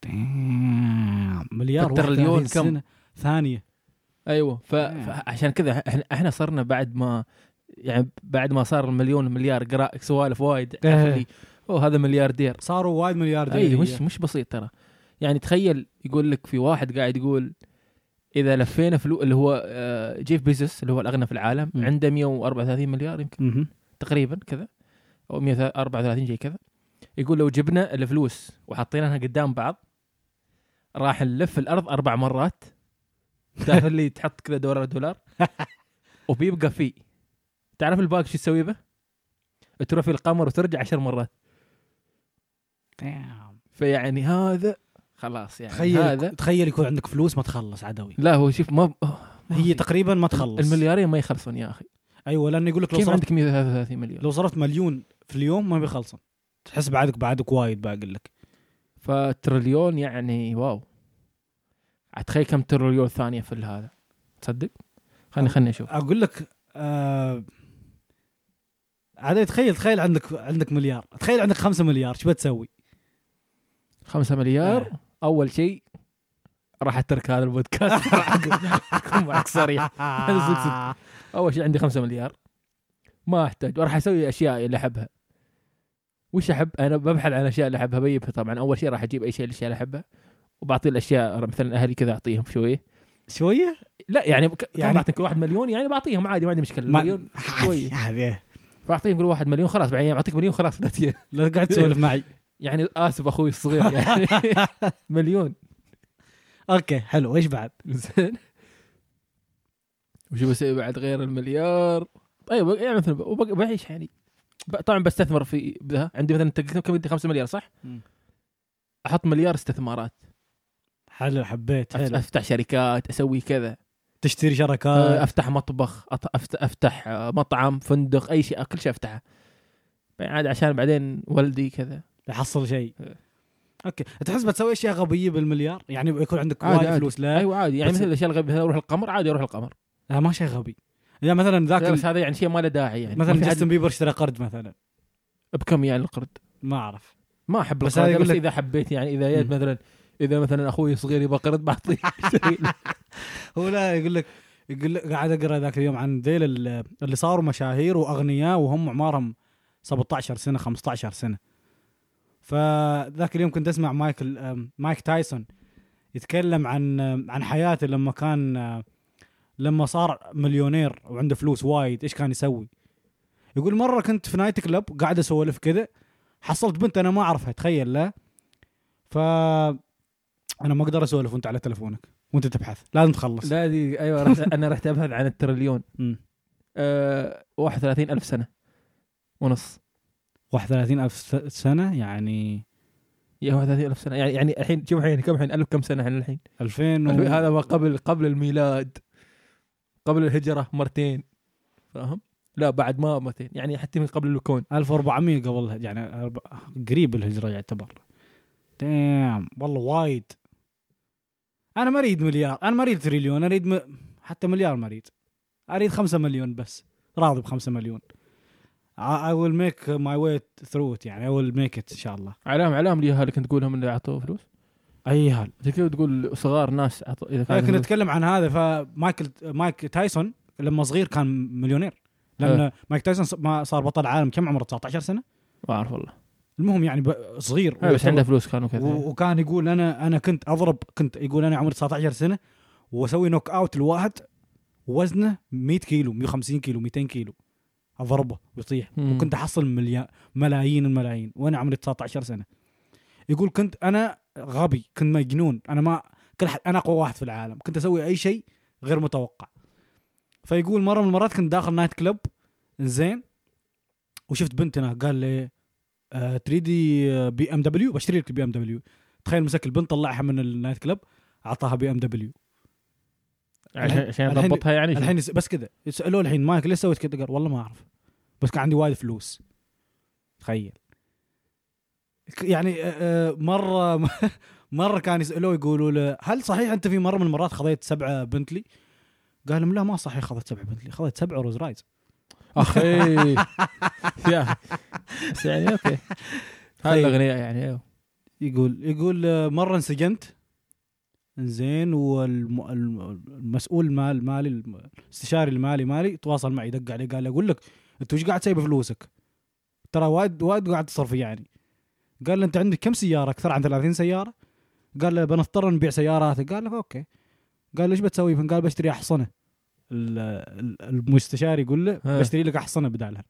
دام. مليار بالتريليون 31 كم؟ سنة ثانيه ايوه ف... آه. فعشان كذا احنا احنا صرنا بعد ما يعني بعد ما صار المليون المليار قراء سوالف وايد عارف إيه. اللي، اوه هذا ملياردير صاروا وايد مليار اي مش مش بسيط ترى يعني تخيل يقول لك في واحد قاعد يقول اذا لفينا فلو اللي هو آه، جيف بيزوس اللي هو الاغنى في العالم مم. عنده 134 مليار يمكن تقريبا كذا او 134 شيء كذا يقول لو جبنا الفلوس وحطيناها قدام بعض راح نلف الارض اربع مرات تعرف اللي تحط كذا دولار دولار وبيبقى فيه تعرف الباقي شو تسوي به؟ تروح في القمر وترجع عشر مرات فيعني هذا خلاص يعني تخيل هذا تخيل يكون عندك فلوس ما تخلص عدوي لا هو شوف ما ما هي في- تقريبا ما تخلص المليارين ما يخلصون يا اخي ايوه لانه يقول لك لو كيف صرفت عندك 133 مليون لو صرفت مليون في اليوم ما بيخلصن تحس بعدك بعدك وايد بقول لك فتريليون يعني واو اتخيل كم تريليون ثانيه في هذا تصدق خلني خلني اشوف اقول لك آه عاد تخيل تخيل عندك عندك مليار تخيل عندك خمسة مليار شو بتسوي 5 مليار آه. اول شيء راح اترك هذا البودكاست اكون معك صريح اول يعني. شيء عندي 5 مليار ما احتاج وراح اسوي اشياء اللي احبها وش احب انا ببحث عن اشياء اللي احبها بجيبها طبعا اول شيء راح اجيب اي شيء الاشياء اللي احبها وبعطي الاشياء مثلا اهلي كذا اعطيهم شويه شويه لا يعني ك- يعني- يعني بعطيك واحد مليون يعني بعطيهم عادي ما عندي مشكله ما- مليون شويه هذه بعطيهم كل واحد مليون خلاص بعدين بعطيك مليون خلاص لا تي- لا قاعد تسولف معي يعني اسف اخوي الصغير يعني مليون اوكي حلو ايش بعد؟ زين وش بسوي بعد غير المليار طيب يعني مثلا ب- وبق- بعيش يعني ب- طبعا بستثمر في بها عندي مثلا انت قلت كم عندي 5 مليار صح؟ مم. احط مليار استثمارات حلو حبيت أف- حلو افتح شركات اسوي كذا تشتري آه، شركات افتح مطبخ أط- أفت- افتح آه، مطعم فندق اي يعني شيء كل شيء افتحه بعد عشان بعدين ولدي كذا تحصل شيء اوكي تحس بتسوي اشياء غبيه بالمليار يعني يكون عندك عادي، وايد عادي. فلوس لا ايوه عادي يعني آه. بس- مثل الاشياء الغبيه اروح القمر عادي اروح القمر لا ما شيء غبي يعني مثلا ذاك بس ال- هذا يعني شيء ما له داعي يعني مثلا ما في أحد- جاستن بيبر اشترى قرد مثلا بكم يعني القرد ما اعرف ما احب بس بس, هذا القرد يقول بس لك- اذا حبيت يعني اذا جيت مم. مثلا اذا مثلا اخوي صغير يبغى قرد بعطيه أشتري له. هو لا يقول لك يقول لك قاعد اقرا ذاك اليوم عن ذيل ال- اللي صاروا مشاهير واغنياء وهم اعمارهم 17 سنه 15 سنه فذاك اليوم كنت اسمع مايكل أم، مايك تايسون يتكلم عن أم، عن حياته لما كان أم، لما صار مليونير وعنده فلوس وايد ايش كان يسوي يقول مره كنت في نايت كلب قاعد اسولف كذا حصلت بنت انا ما اعرفها تخيل لا ف انا ما اقدر اسولف وانت على تلفونك وانت تبحث لازم تخلص لا دي ايوه رحت انا رحت ابحث عن التريليون مم. أه 31 الف سنه ونص 31 ألف س- سنة يعني يا 31 الف سنه يعني يعني الحين شوف الحين كم الحين الف كم سنه احنا الحين 2000 و... هذا ما قبل قبل الميلاد قبل الهجره مرتين فاهم لا بعد ما مرتين يعني حتى من قبل الكون 1400 قبل يعني أربع- قريب الهجرة يعتبر دام والله وايد أنا ما أريد مليار أنا ما أريد تريليون أريد م... حتى مليار ما أريد أريد 5 مليون بس راضي ب 5 مليون I I will make my way through it يعني I will make it إن شاء الله علام علام لي اللي كنت تقولهم اللي اعطوه فلوس أي هال انت كيف تقول صغار ناس عطوا اذا كان لكن نتكلم عن هذا فمايكل مايك تايسون لما صغير كان مليونير لأن مايك تايسون ص- ما صار بطل عالم كم عمره 19 سنة ما اعرف والله المهم يعني ب- صغير أيوة، بس عنده إيه. فلوس كانوا كذا و- وكان يقول انا انا كنت اضرب كنت يقول انا عمري 19 سنه واسوي نوك اوت الواحد وزنه 100 كيلو 150 كيلو 200 كيلو اضربه ويطيح مم. وكنت احصل مليا ملايين الملايين وانا عمري 19 سنه يقول كنت انا غبي كنت مجنون انا ما كل حد انا اقوى واحد في العالم كنت اسوي اي شيء غير متوقع فيقول مره من المرات كنت داخل نايت كلب زين وشفت بنت هناك قال لي آه تريدي آه، بي ام دبليو بشتري لك بي ام دبليو تخيل مسك البنت طلعها من النايت كلب اعطاها بي ام دبليو عشان عشان الحين- ضبطها يعني الحين يس- بس كذا يسالوه الحين مايك ليش سويت كذا قال والله ما اعرف بس كان عندي وايد فلوس تخيل ك- يعني آه، آه، مره مره كان يسالوه يقولوا له هل صحيح انت في مره من المرات خذيت سبعه بنتلي؟ قال لهم لا ما صحيح خذت سبعه بنتلي خذت سبعه روز رايز اخي يا بس يعني اوكي هاي طيب. الاغنيه يعني ايوه يقول يقول آه، مره انسجنت زين والمسؤول مال مالي الم- الاستشاري المالي مالي تواصل معي دق علي قال لي اقول لك انت وش قاعد تسوي بفلوسك؟ ترى وايد وايد قاعد تصرف يعني قال له انت عندك كم سياره اكثر عن 30 سياره؟ قال له بنضطر نبيع سياراتك قال له اوكي قال له ايش بتسوي؟ فيهن؟ قال بشتري احصنه ال- ال- المستشار يقول له ها. بشتري لك احصنه بدالها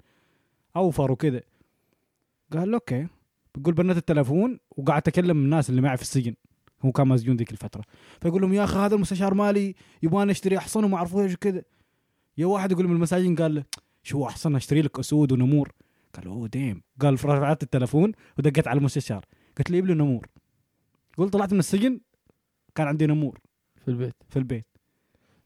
اوفر وكذا قال له اوكي بقول بنيت التلفون وقاعد اكلم الناس اللي معي في السجن هو كان مسجون ذيك الفتره فيقول لهم يا اخي هذا المستشار مالي يبغاني اشتري احصنه وما اعرف ايش كذا يا واحد يقول من المساجين قال له شو احصنه اشتري لك اسود ونمور قال اوه ديم قال رفعت التلفون ودقت على المستشار قلت له يجيب لي نمور قلت طلعت من السجن كان عندي نمور في البيت في البيت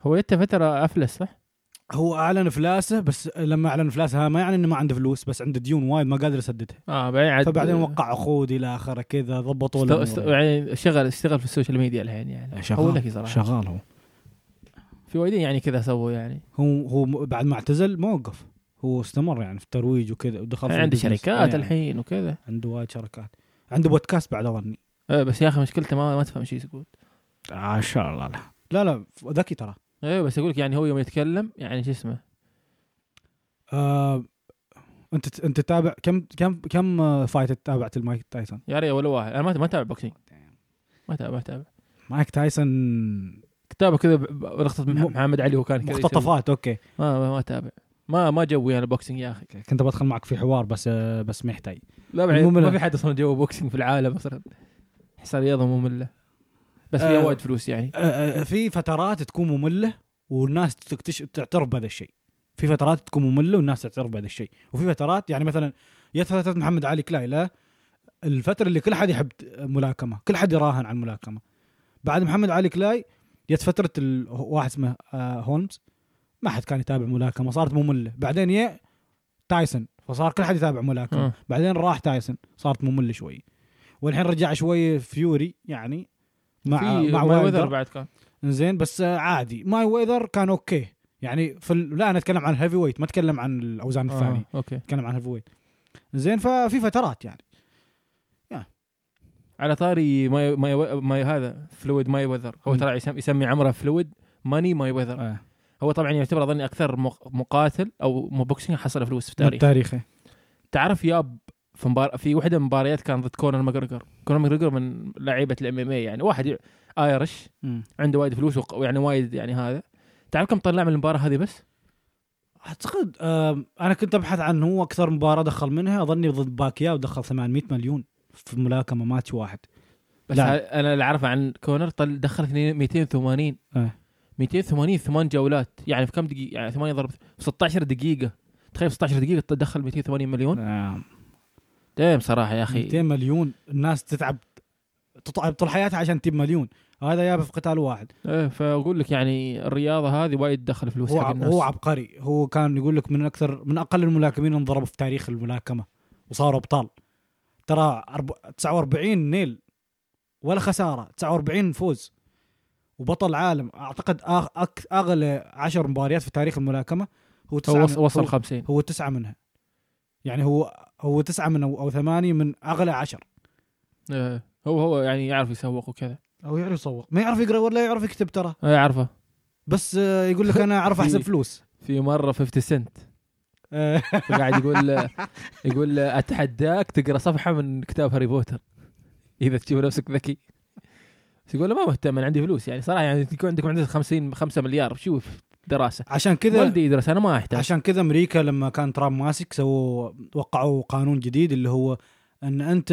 هو انت فتره افلس صح؟ هو اعلن افلاسه بس لما اعلن افلاسه ما يعني انه ما عنده فلوس بس عنده ديون وايد ما قادر يسددها اه بعدين عاد فبعدين وقع عقود الى اخره كذا ضبطوا است... له است... أموره. يعني شغل اشتغل في السوشيال ميديا الحين يعني هو ذكي صراحه شغال هو في وايدين يعني كذا سووا يعني هو هو م- بعد ما اعتزل ما وقف هو استمر يعني في الترويج وكذا ودخل في عنده البزنس. يعني شركات إيه، الحين وكذا عنده وايد شركات عنده بودكاست بعد اظني آه بس يا اخي مشكلته ما, ما تفهم شيء يقول ان آه، شاء الله لا لا لا ف- ذكي ترى ايه بس اقول لك يعني هو يوم يتكلم يعني شو اسمه آه انت ت- انت تتابع كم كم كم آه، فايت تتابعت المايك تايسون؟ يا ريت ولا واحد انا ما ما اتابع بوكسينج Oh, ما اتابع ما اتابع مايك تايسون كتابه كذا ب- ب- بلقطه مح- م- محمد علي وكان كذا يسوي. مقتطفات اوكي ما ما- ما اتابع ما ما جوي انا بوكسينج يا اخي كنت بدخل معك في حوار بس آه بس ما يحتاج لا بعدين مملة. ما في حد اصلا جو بوكسينج في العالم اصلا احسها رياضه ممله بس فيها آه. وايد فلوس يعني آه، آه، في فترات تكون ممله والناس تكتش... تعترف بهذا الشيء في فترات تكون ممله والناس تعترف بهذا الشيء وفي فترات يعني مثلا يا فتره محمد علي كلاي لا الفتره اللي كل حد يحب ملاكمه كل حد يراهن على الملاكمه بعد محمد علي كلاي جت فتره ال... واحد اسمه آه، هولمز ما حد كان يتابع ملاكمه صارت ممله بعدين يا تايسون فصار كل حد يتابع ملاكمه آه. بعدين راح تايسون صارت ممله شوي والحين رجع شوي فيوري يعني مع في مع ماي ويذر وايلدر بعد كان زين بس آه، عادي ماي ويذر كان اوكي يعني في ال... لا انا اتكلم عن الهيفي ويت ما اتكلم عن الاوزان الثانيه آه. اوكي اتكلم عن الهيفي ويت زين ففي فترات يعني على طاري ماي ماي, ماي هذا فلويد ماي ويذر هو مم. ترى يسمي, يسمي عمره فلويد ماني ماي ويذر آه. هو طبعا يعتبر اظني اكثر مق- مقاتل او مو بوكسينج حصل فلوس في التاريخ تاريخي تعرف ياب في مبار... في وحده من المباريات كان ضد كونر ماجريجر كونر ماجريجر من لعيبه الام ام اي يعني واحد ايرش عنده وايد فلوس وق- ويعني وايد يعني هذا تعرف كم طلع من المباراه هذه بس؟ اعتقد آم، انا كنت ابحث عن هو اكثر مباراه دخل منها اظني ضد باكيا ودخل 800 مليون في ملاكمه ماتش واحد بس لا. ه- انا اللي اعرفه عن كونر طل... دخل اثنين- 280 إيه. 280 ثمان جولات يعني في كم دقيقه يعني 8 ضرب 16 دقيقه تخيل في 16 دقيقه تدخل 280 مليون آم، دايم صراحه يا اخي 200 مليون الناس تتعب تتعب طول حياتها عشان تجيب مليون هذا جاب في قتال واحد إيه، فاقول لك يعني الرياضه هذه وايد دخل فلوس هو حق ع- الناس هو عبقري هو كان يقول لك من اكثر من اقل الملاكمين اللي انضربوا في تاريخ الملاكمه وصاروا ابطال ترى أرب- 49 نيل ولا خساره 49 فوز وبطل عالم اعتقد آخ- أك- اغلى 10 مباريات في تاريخ الملاكمه هو تسعه هو من- وص- وصل هو- 50 هو تسعه منها يعني هو هو تسعه من او أو ثمانيه من اغلى 10 إيه، هو هو يعني يعرف يسوق وكذا او يعرف يسوق ما يعرف يقرا ولا يعرف يكتب ترى انا اعرفه بس آه، يقول لك انا اعرف احسب في- فلوس في مره 50 سنت آه، قاعد يقول يقول اتحداك تقرا صفحه من كتاب هاري بوتر اذا تشوف نفسك ذكي بس يقول له ما مهتم انا عندي فلوس يعني صراحه يعني يكون عندكم عندك 50 5 مليار شوف دراسه عشان كذا والدي يدرس انا ما احتاج عشان كذا امريكا لما كان ترامب ماسك سووا وقعوا قانون جديد اللي هو ان انت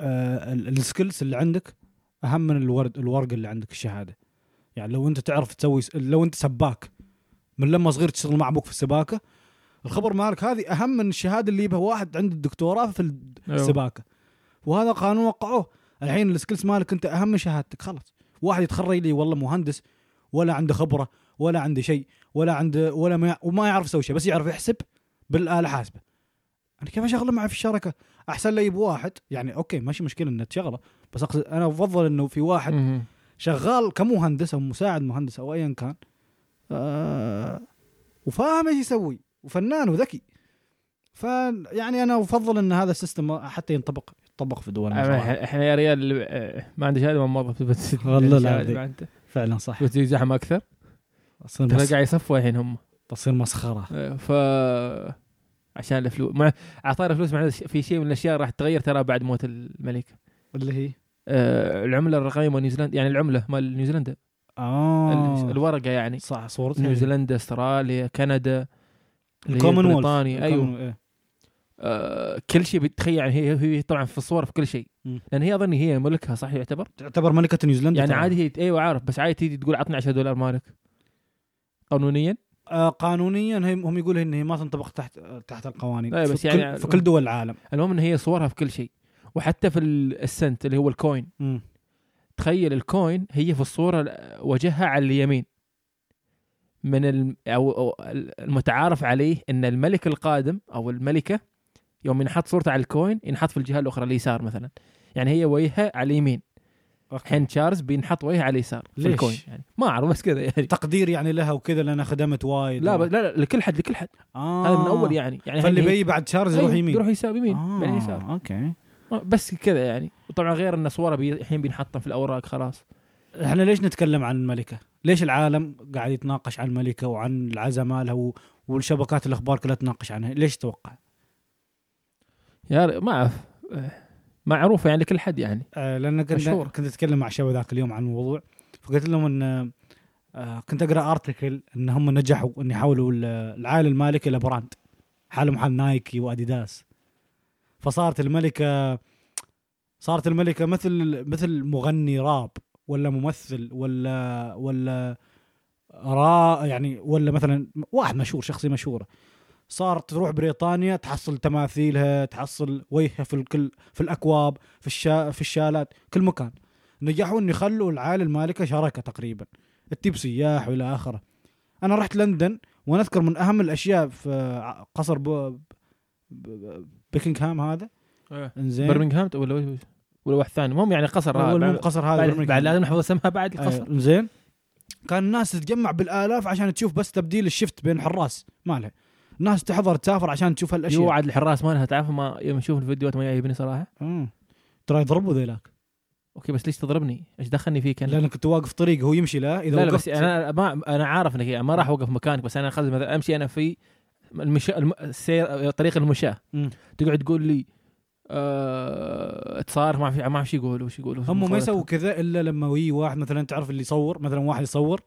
آه ال- السكيلز اللي عندك اهم من الورد الورق اللي عندك الشهاده يعني لو انت تعرف تسوي س- لو انت سباك من لما صغير تشتغل مع ابوك في السباكه الخبر مالك هذه اهم من الشهاده اللي يبها واحد عنده الدكتوراه في الد- أيوه. السباكه وهذا قانون وقعوه الحين السكيلز مالك انت اهم من شهادتك خلاص واحد يتخرج لي والله مهندس ولا عنده خبره ولا عنده شيء ولا عنده ولا ما وما يعرف يسوي شيء بس يعرف يحسب بالاله حاسبه انا كيف اشغله معي في الشركه احسن لي بواحد يعني اوكي ماشي مشكله انه تشغله بس اقصد انا افضل انه في واحد مهم. شغال كمهندس او مساعد مهندس او ايا كان آه وفاهم ايش يسوي وفنان وذكي ف يعني انا افضل ان هذا السيستم حتى ينطبق يطبق في دولنا صراحة. احنا إحنا يا ريال اللي- آه، ما عندي شهاده ما موظف بس يعني والله شهادة العظيم. ما عنده. فعلا صح بس يجي زحمه اكثر تصير ترى مس- قاعد يصفوا الحين هم تصير مسخره آه، ف عشان الفلوس مع اعطانا فلوس معناه في شيء من الاشياء راح تتغير ترى بعد موت الملك اللي هي آه، العمله الرقميه نيوزيلندا يعني العمله مال نيوزيلندا ال- اه الورقه يعني صح صورتها نيوزيلندا استراليا كندا اللي هي الكومن وولث بريطانيا ايوه ايوه آه كل شيء بتخيل يعني هي هي طبعا في الصور في كل شيء مم. لان هي اظني هي ملكها صح يعتبر تعتبر ملكه نيوزيلندا يعني طبعاً. عادي هي ايوه عارف بس عادي تيجي تقول عطني 10 دولار مالك قانونيا آه قانونيا هم هم يقولوا ان هي ما تنطبق تحت تحت القوانين أي في, بس كل يعني- في كل دول العالم المهم ان هي صورها في كل شيء وحتى في ال- السنت اللي هو الكوين مم. تخيل الكوين هي في الصوره ال- وجهها على اليمين من الم أو أو المتعارف عليه ان الملك القادم او الملكه يوم ينحط صورته على الكوين ينحط في الجهه الاخرى اليسار مثلا يعني هي وجهها على اليمين أوكي. حين تشارلز بينحط وجهه على اليسار في ليش؟ الكوين يعني ما اعرف بس كذا يعني تقدير يعني لها وكذا لانها خدمت وايد لا و- ب- لا لا لكل حد لكل حد آه. هذا من اول يعني يعني فاللي هي- بي بعد شارز أيوه، يروح يمين يروح يسار يمين آه. بعدين يسار اوكي بس كذا يعني وطبعا غير ان صوره بي- الحين بينحطها في الاوراق خلاص احنا ليش نتكلم عن الملكه؟ ليش العالم قاعد يتناقش عن الملكه وعن العزماء لها و- والشبكات الاخبار كلها تناقش عنها، ليش تتوقع؟ يا ر- ما اعرف آه، معروفه يعني لكل حد يعني آه، لان كنت مشهورة. كنت اتكلم مع الشباب ذاك اليوم عن الموضوع فقلت لهم ان آه، كنت اقرا ارتكل ان هم نجحوا ان يحولوا ال- العائله المالكه لبراند حالهم حال نايكي واديداس فصارت الملكه صارت الملكه مثل مثل مغني راب ولا ممثل ولا ولا را يعني ولا مثلا واحد مشهور شخصيه مشهوره صارت تروح بريطانيا تحصل تماثيلها تحصل وجهها في الكل في الاكواب في الشا في الشالات كل مكان نجحوا ان يخلوا العائله المالكه شراكه تقريبا تجيب سياح والى اخره انا رحت لندن وانا اذكر من اهم الاشياء في ع- قصر ب... ب... بكنغهام هذا انزين برمنغهام ولا وش- ولا واحد ثاني المهم يعني قصر هذا والمهم بعد- قصر هذا بعد, بالأمريكي. بعد لازم نحفظ اسمها بعد القصر أيوة. زين كان الناس تتجمع بالالاف عشان تشوف بس تبديل الشفت بين الحراس مالها الناس تحضر تسافر عشان تشوف هالاشياء يوعد الحراس مالها تعرف ما يوم اشوف الفيديوهات ما يعجبني صراحه مم. ترى يضربوا ذيلاك اوكي بس ليش تضربني؟ ايش دخلني فيك انا؟ لانك كنت واقف طريق هو يمشي له اذا لا, لا وقفت بس انا ما انا عارف انك ما راح اوقف مكانك بس انا قصدي مثلا امشي انا في المشا... الم... السير طريق المشاة مم. تقعد تقول لي أه... تصارخ ما في ما اعرف شو يقولوا شو يقولوا هم ما يسووا كذا الا لما يجي واحد مثلا تعرف اللي يصور مثلا واحد يصور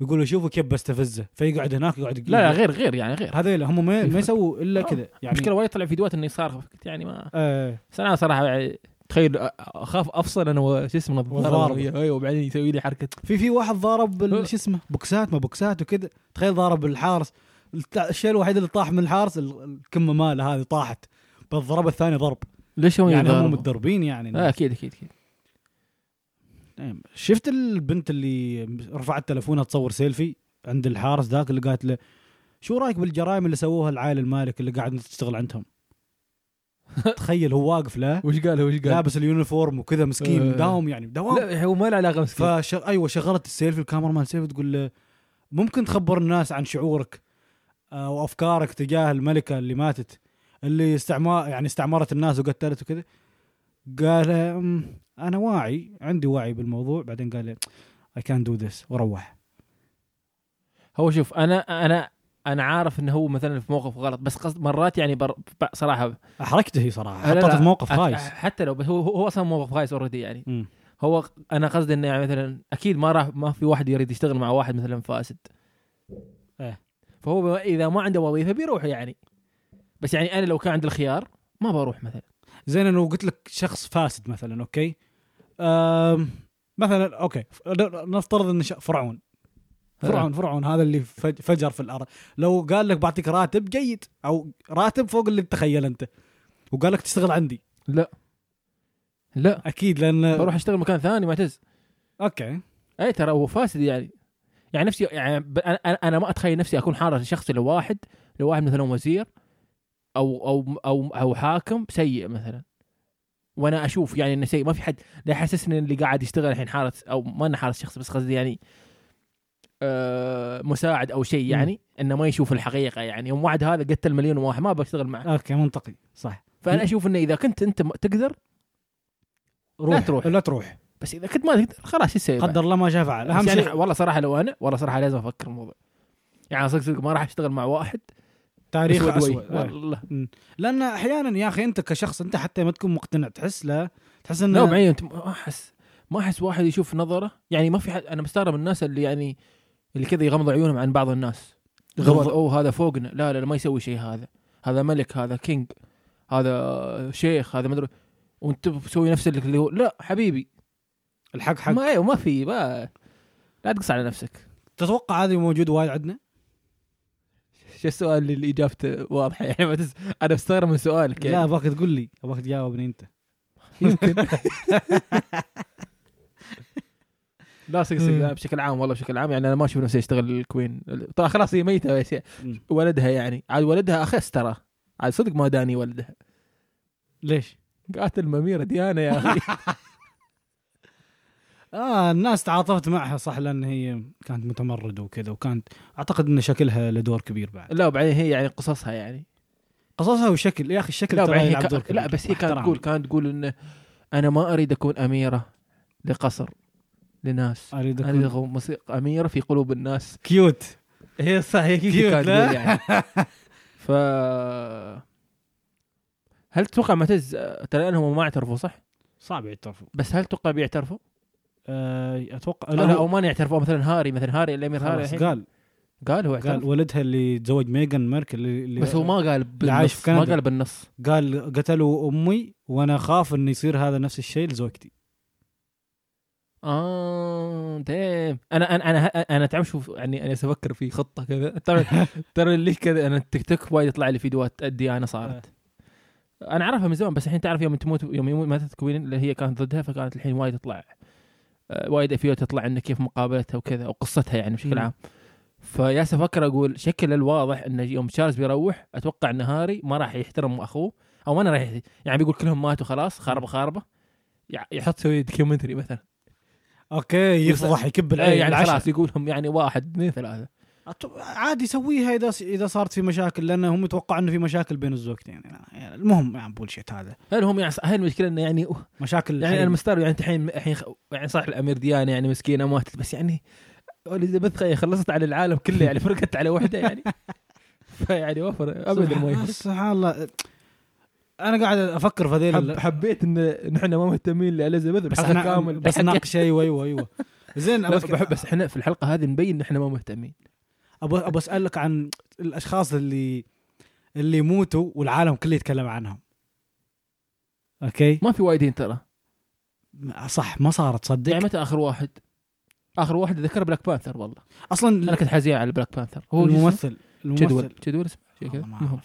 يقول له شوفوا كيف بستفزه فيقعد هناك يقعد يقول لا آه، لا غير غير يعني غير هذيل هم ما ما يسووا الا كذا يعني المشكله وايد طلع فيديوهات انه يصارخ قلت يعني ما آه بس انا صراحه يعني تخيل أ- اخاف افصل انا وش اسمه والضارب. الضارب ايوه وبعدين يسوي لي حركه في في واحد ضارب أه. ال- شو اسمه بوكسات ما بوكسات وكذا تخيل ضارب الحارس الت- الشيء الوحيد اللي طاح من الحارس ال- الكمه ماله هذه طاحت بالضربه الثانيه ضرب ليش هم يعني هم يضاربوا؟ متدربين يعني آه، اكيد اكيد اكيد نعم. شفت البنت اللي رفعت تلفونها تصور سيلفي عند الحارس ذاك اللي قالت له شو رايك بالجرائم اللي سووها العائله المالك اللي قاعد تشتغل عندهم تخيل هو واقف له وش قال وش قال؟ لابس اليونيفورم وكذا مسكين آه. داوم يعني دوام لا هو ما له علاقه مسكين فش... ايوه شغلت السيلفي الكاميرا مان سيلفي تقول له ممكن تخبر الناس عن شعورك آه، وافكارك تجاه الملكه اللي ماتت اللي استعمار يعني استعمرت الناس وقتلت وكذا قال أم، انا واعي عندي وعي بالموضوع بعدين قال اي كان دو ذس وروح هو شوف انا انا انا عارف انه هو مثلا في موقف غلط بس قصد مرات يعني بر... ب- صراحه احرجته هي صراحه لا، حطته لا، في موقف أت- خايس حتى لو بس هو هو اصلا موقف خايس اوريدي يعني مم. هو انا قصدي انه يعني مثلا اكيد ما راح ما في واحد يريد يشتغل مع واحد مثلا فاسد إيه. فهو ب- اذا ما عنده وظيفه بيروح يعني بس يعني انا لو كان عندي الخيار ما بروح مثلا زين انا لو قلت لك شخص فاسد مثلا اوكي أم مثلا اوكي ف- نفترض ان ش- فرعون فرعون آه. فرعون هذا اللي فج- فجر في الارض لو قال لك بعطيك راتب جيد او راتب فوق اللي تتخيل انت وقال لك تشتغل عندي لا لا اكيد لان بروح اشتغل مكان ثاني معتز اوكي اي إيه، ترى هو فاسد يعني يعني نفسي يعني ب- انا أنا- انا ما اتخيل نفسي اكون حارس شخصي لواحد لواحد مثلا وزير او او او او حاكم سيء مثلا وانا اشوف يعني انه سيء ما في حد لا يحسسني إن اللي قاعد يشتغل الحين حارس او ما انه حارس شخصي بس قصدي يعني آه مساعد او شيء يعني انه ما يشوف الحقيقه يعني يوم واحد هذا قتل مليون واحد ما بشتغل معه اوكي منطقي صح فانا اشوف انه اذا كنت انت م- تقدر روح تروح. لا تروح بس اذا كنت ما تقدر خلاص ايش تسوي بعد؟ قدر الله ما شاء فعل اهم بس يعني شيء والله صراحه لو انا والله صراحه لازم افكر الموضوع يعني صدق صدق ما راح اشتغل مع واحد تاريخ أسود وي. اسود آه. والله لان احيانا يا اخي انت كشخص انت حتى ما تكون مقتنع تحس لا تحس لا انه بعدين أنت ما احس ما احس واحد يشوف نظره يعني ما في حد انا مستغرب من الناس اللي يعني اللي كذا يغمضوا عيونهم عن بعض الناس غض- غمض او هذا فوقنا لا لا لا، ما يسوي شيء هذا هذا ملك هذا كينج هذا شيخ هذا مدري وانت بتسوي نفس اللي هو لا حبيبي الحق حق ما ايوه ما في ما لا تقص على نفسك تتوقع هذه موجود وايد عندنا شو السؤال اللي اجابته واضحه يعني ما تس... انا مستغرب من سؤالك يعني لا ابغاك تقول لي ابغاك تجاوبني انت يمكن لا صدق صدق مم. لا، بشكل عام والله بشكل عام يعني انا ما اشوف نفسي اشتغل الكوين طبعا خلاص هي ميته بس هي- مم. ولدها يعني عاد ولدها اخس ترى عاد صدق ما داني ولدها ليش؟ قاتل مميره ديانا يا اخي اه الناس تعاطفت معها صح لان هي كانت متمرده وكذا وكانت اعتقد ان شكلها له دور كبير بعد لا وبعدين هي يعني قصصها يعني قصصها وشكل يا اخي الشكل لا ترى وبعدين هي يلعب كا- دور كبير لا بس هي كانت احترام. تقول كانت تقول انه انا ما اريد اكون اميره لقصر لناس اريد أكون اريد اكون موسيقى- اميره في قلوب الناس كيوت هي صح هي كيوت، كيوت كانت لا؟ تقول يعني ف هل تتوقع معتز ترى انهم ما اعترفوا صح؟ صعب يعترفوا بس هل تتوقع بيعترفوا؟ آه اتوقع لا, لا هو او ما يعترفوا مثلا هاري مثلا هاري الامير هاري خلاص الحين قال قال هو قال اعترف ولدها اللي تزوج ميغان ميركل اللي اللي- بس هو ما قال عايش في بالنص ما كندا. قال بالنص قال قتلوا امي وانا خاف انه يصير هذا نفس الشيء لزوجتي اه ديم انا انا انا انا تعرف شوف يعني انا افكر في خطه كذا ترى ترى ليش كذا انا التيك توك وايد يطلع لي فيديوهات الديانه صارت انا اعرفها من زمان بس الحين تعرف يوم تموت يوم يموت ماتت كوين اللي هي كانت ضدها فكانت الحين وايد تطلع آه، وايد افيوات تطلع عنه كيف مقابلتها وكذا وقصتها يعني بشكل مم. عام فياس افكر اقول شكل الواضح انه يوم تشارلز بيروح اتوقع ان هاري ما راح يحترم اخوه او ما أنا راح يحت- يعني بيقول كلهم ماتوا خلاص خربه خربه يع- يحط يسوي دوكيومنتري مثلا اوكي يفضح يكب العين يعني العشاء. خلاص يقولهم يعني واحد اثنين ثلاثه أط- عادي يسويها اذا اذا صارت في مشاكل لان هم يتوقعوا انه في مشاكل بين الزوجتين يعني المهم يعني بولشيت هذا هل هم يعني هاي المشكله انه يعني مشاكل يعني انا الحين. مستغرب يعني انت الحين الحين خ- يعني صح الامير ديانه يعني مسكينه ماتت بس يعني اليزابيث خي خلصت على العالم كله يعني فرقت على واحده يعني فيعني وفر ابدا ما سبحان- يفرق. سبحان الله انا قاعد افكر في هذيل حب ال- حبيت ان نحن ما مهتمين لاليزابيث بس الحلقه أنا كامل بس ناقش ايوه ايوه ايوه زين لا، أبغى بحب بس احنا في الحلقه هذه نبين ان احنا ما مهتمين ابغى ابغى اسالك عن الاشخاص اللي اللي يموتوا والعالم كله يتكلم عنهم اوكي ما في وايدين ترى صح ما صارت تصدق يعني متى اخر واحد اخر واحد ذكر بلاك بانثر والله انا اصلا كنت حزين على بلاك بانثر هو الممثل الممثل جدول الممثل جدول اسمه شيء كذا والله ما المهم.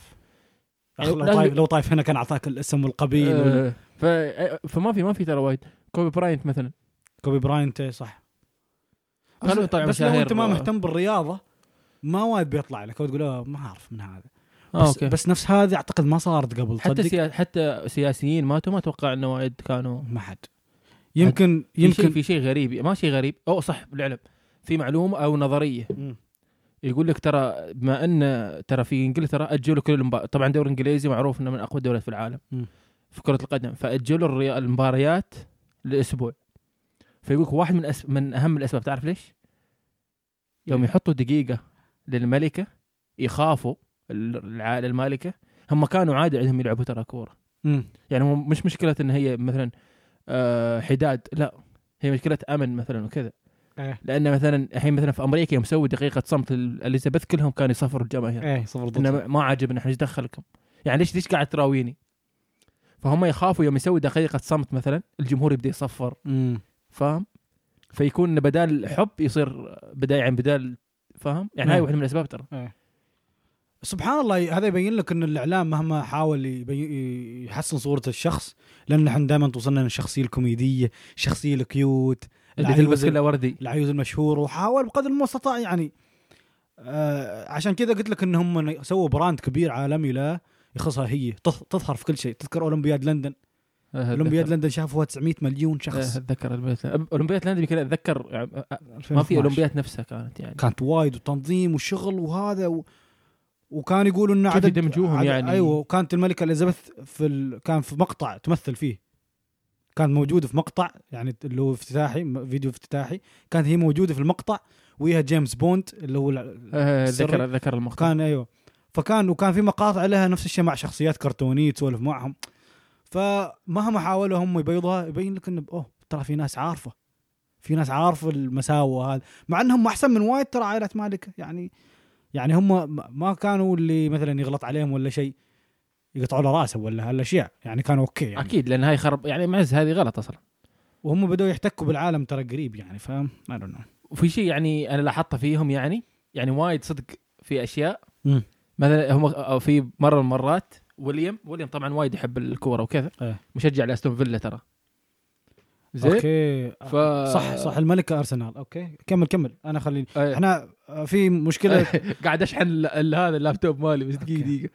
اعرف يعني أخ، لو لازم- طايف لو طايف هنا كان اعطاك الاسم والقبيل وال- آه، ف- فما في ما في ترى وايد كوبي براينت مثلا كوبي براينت إيه، صح بس, خلوه يطلع بس لو مشاهير. انت ما مهتم بالرياضه ما وايد بيطلع لك وتقول آه، ما اعرف من هذا آه، بس, أوكي. بس نفس هذه اعتقد ما صارت قبل حتى تصدق؟ سيا... حتى سياسيين ماتوا ما اتوقع انه وايد كانوا ما حد يمكن يمكن في شيء, يمكن في شيء غريب ما شيء غريب او صح بالعلم في معلومه او نظريه مم. يقول لك ترى بما ان ترى في انجلترا اجلوا كل المبار... طبعا الدوري الانجليزي معروف انه من اقوى الدوريات في العالم مم. في كره القدم فاجلوا الري... المباريات لاسبوع فيقول لك واحد من أس... من اهم الاسباب تعرف ليش؟ يوم يحطوا دقيقه للملكه يخافوا العائله المالكه هم كانوا عادي عندهم يلعبوا ترى كوره مم. يعني مو- مش مشكله ان هي مثلا آه، حداد لا هي مشكله امن مثلا وكذا إيه. لان مثلا الحين مثلا في امريكا يوم سووا دقيقه صمت ال- اليزابيث كلهم كانوا يصفروا الجماهير ايه صفر ضد انه ما عاجبنا احنا ايش دخلكم يعني ليش ليش قاعد تراويني فهم يخافوا يوم يسوي دقيقه صمت مثلا الجمهور يبدا يصفر مم. فاهم فيكون إنه بدال حب يصير بدال يعني بدال فاهم يعني هاي نعم. واحده من الاسباب ترى سبحان الله هذا يبين لك ان الاعلام مهما حاول يبين يحسن صوره الشخص لان احنا دائما توصلنا للشخصيه الكوميديه، الشخصيه الكيوت، اللي تلبس كلها وردي العيوز المشهور وحاول بقدر المستطاع يعني آه عشان كذا قلت لك انهم سووا براند كبير عالمي لا يخصها هي تظ- تظهر في كل شيء تذكر اولمبياد لندن اولمبياد لندن شافوها 900 مليون شخص اتذكر اولمبياد اولمبياد لندن يمكن اتذكر يعني إيه، ما في 2012. اولمبيات نفسها كانت يعني كانت وايد وتنظيم وشغل وهذا و... وكان يقولوا انه كيف عدد يدمجوهم عدد- يعني؟ ايوه وكانت الملكه اليزابيث في ال... كان في مقطع تمثل فيه كانت موجوده في مقطع يعني اللي هو افتتاحي م- فيديو افتتاحي كانت هي موجوده في المقطع وياها جيمس بوند اللي هو الع- آه، السري. ذكر ذكر المقطع كان ايوه فكان وكان في مقاطع لها نفس الشيء مع شخصيات كرتونيه تسولف معهم فمهما حاولوا هم يبيضوها يبين لك انه اوه ترى في ناس عارفه في ناس عارفه المساوئ هذا مع انهم احسن من وايد ترى عائله مالكه يعني يعني هم ما- ما كانوا اللي مثلا يغلط عليهم ولا شيء يقطعوا له راسه ولا هالاشياء يعني كانوا اوكي يعني اكيد لان هاي خرب يعني معز هذه غلط اصلا وهم بدأوا يحتكوا بالعالم ترى قريب يعني فاهم؟ I don't know. وفي شيء يعني انا لاحظته فيهم يعني يعني وايد صدق في اشياء مم. مثلا هم أو في مره من المرات وليام وليام طبعا وايد يحب الكوره وكذا إيه. مشجع لاستون فيلا ترى زين اوكي ف... صح صح الملكه ارسنال اوكي كمل كمل انا خليني آه، احنا آه، في مشكله قاعد اشحن ال- ال- هذا اللابتوب مالي بس دقيقه أوكي. دقيقه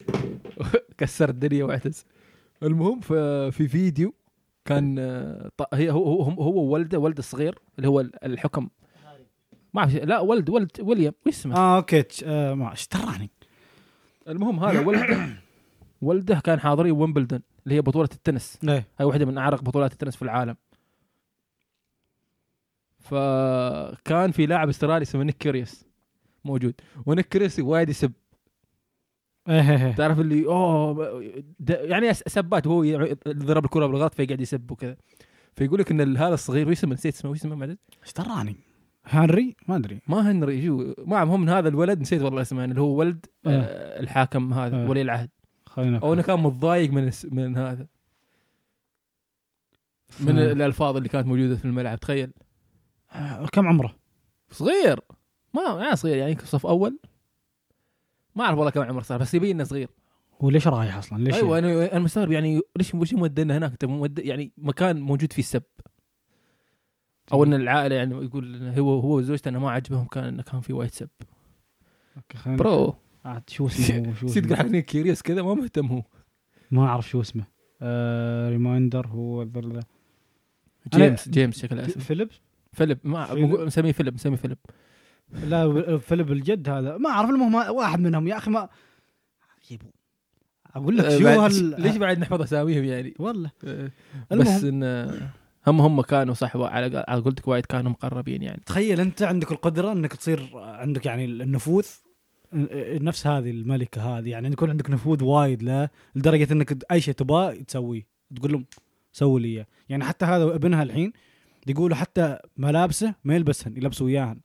كسرت الدنيا واعتز المهم ففي فيديو كان آه، ط- هي هو هو هو- هو وولده ولده الصغير اللي هو ال- الحكم ما اعرف لا ولد ولد ويليام وش اسمه اه اوكي تش- آه ما ايش تراني المهم هذا ولده ولده كان حاضرين ويمبلدون اللي هي بطوله التنس ايه هاي واحدة من أعرق بطولات التنس في العالم فكان في لاعب استرالي اسمه نيك كيريوس موجود ونيك كيريوس وايد يسب ايه تعرف اللي اوه د- يعني س- سبات هو يع- ضرب الكره بالغلط فيقعد يسب وكذا فيقول لك ان ال- هذا الصغير وش اسمه نسيت اسمه وش اسمه ما أدري. ايش تراني هنري ما ادري ما هنري شو ما أعرف، هو من هذا الولد نسيت والله اسمه يعني اللي هو ولد إيه. آه، الحاكم هذا إيه. ولي العهد خلينا او انه كان متضايق من الس- من هذا من آه. الالفاظ اللي كانت موجوده في الملعب تخيل آه، كم عمره؟ صغير ما يعني صغير يعني يمكن صف اول ما اعرف والله كم عمره صار بس يبين انه صغير هو ليش رايح اصلا؟ ليش ايوه انا انا مستغرب يعني ليش ليش مودنا هناك أنت مود يعني مكان موجود فيه السب او ان العائله يعني يقول إنه هو هو وزوجته انه ما عجبهم كان انه كان في وايد سب أوكي، خلينا- برو عاد شو اسمه هو، شو صدق اسمه حق كيريوس كذا ما مهتم هو ما اعرف شو اسمه آه ريمايندر هو ذل- جيمس جيمس شكل في- اسم فيليبس فيلب ما فيلب. بقول- مسميه فيلب مسميه فيلب لا و- فيليب الجد هذا ما اعرف المهم واحد منهم يا اخي ما جيبوا اقول لك آه، شو بعد- هال ليش بعد نحفظ اساميهم يعني؟ والله آه، المهم. بس ان آه، هم هم كانوا صح وا- على على قولتك وايد كانوا مقربين يعني تخيل انت عندك القدره انك تصير عندك يعني النفوذ نفس هذه الملكه هذه يعني يكون عندك نفوذ وايد لا لدرجه انك اي شيء تبغاه تسويه تقول لهم سووا لي اياه يعني حتى هذا ابنها الحين يقولوا حتى ملابسه ما يلبسهن يلبسوا اياهن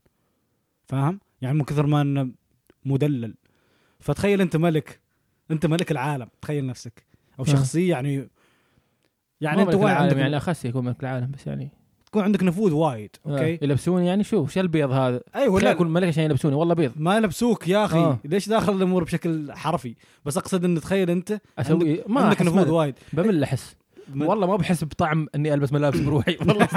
فاهم يعني من كثر ما انه مدلل فتخيل انت ملك انت ملك العالم تخيل نفسك او آه. شخصيه يعني يعني يعني انت انت وايد العالم عندك يعني اخس يكون ملك العالم بس يعني تكون عندك نفوذ وايد آه، اوكي يلبسون يعني شوف شو البيض هذا ايوه ولا لا اكون ملك عشان يلبسوني والله بيض ما لبسوك يا اخي آه. آه. ليش داخل الامور بشكل حرفي بس اقصد ان تخيل انت اسوي ما عندك أحس نفوذ ملك. وايد بمل احس من- والله ما بحس بطعم اني البس ملابس بروحي والله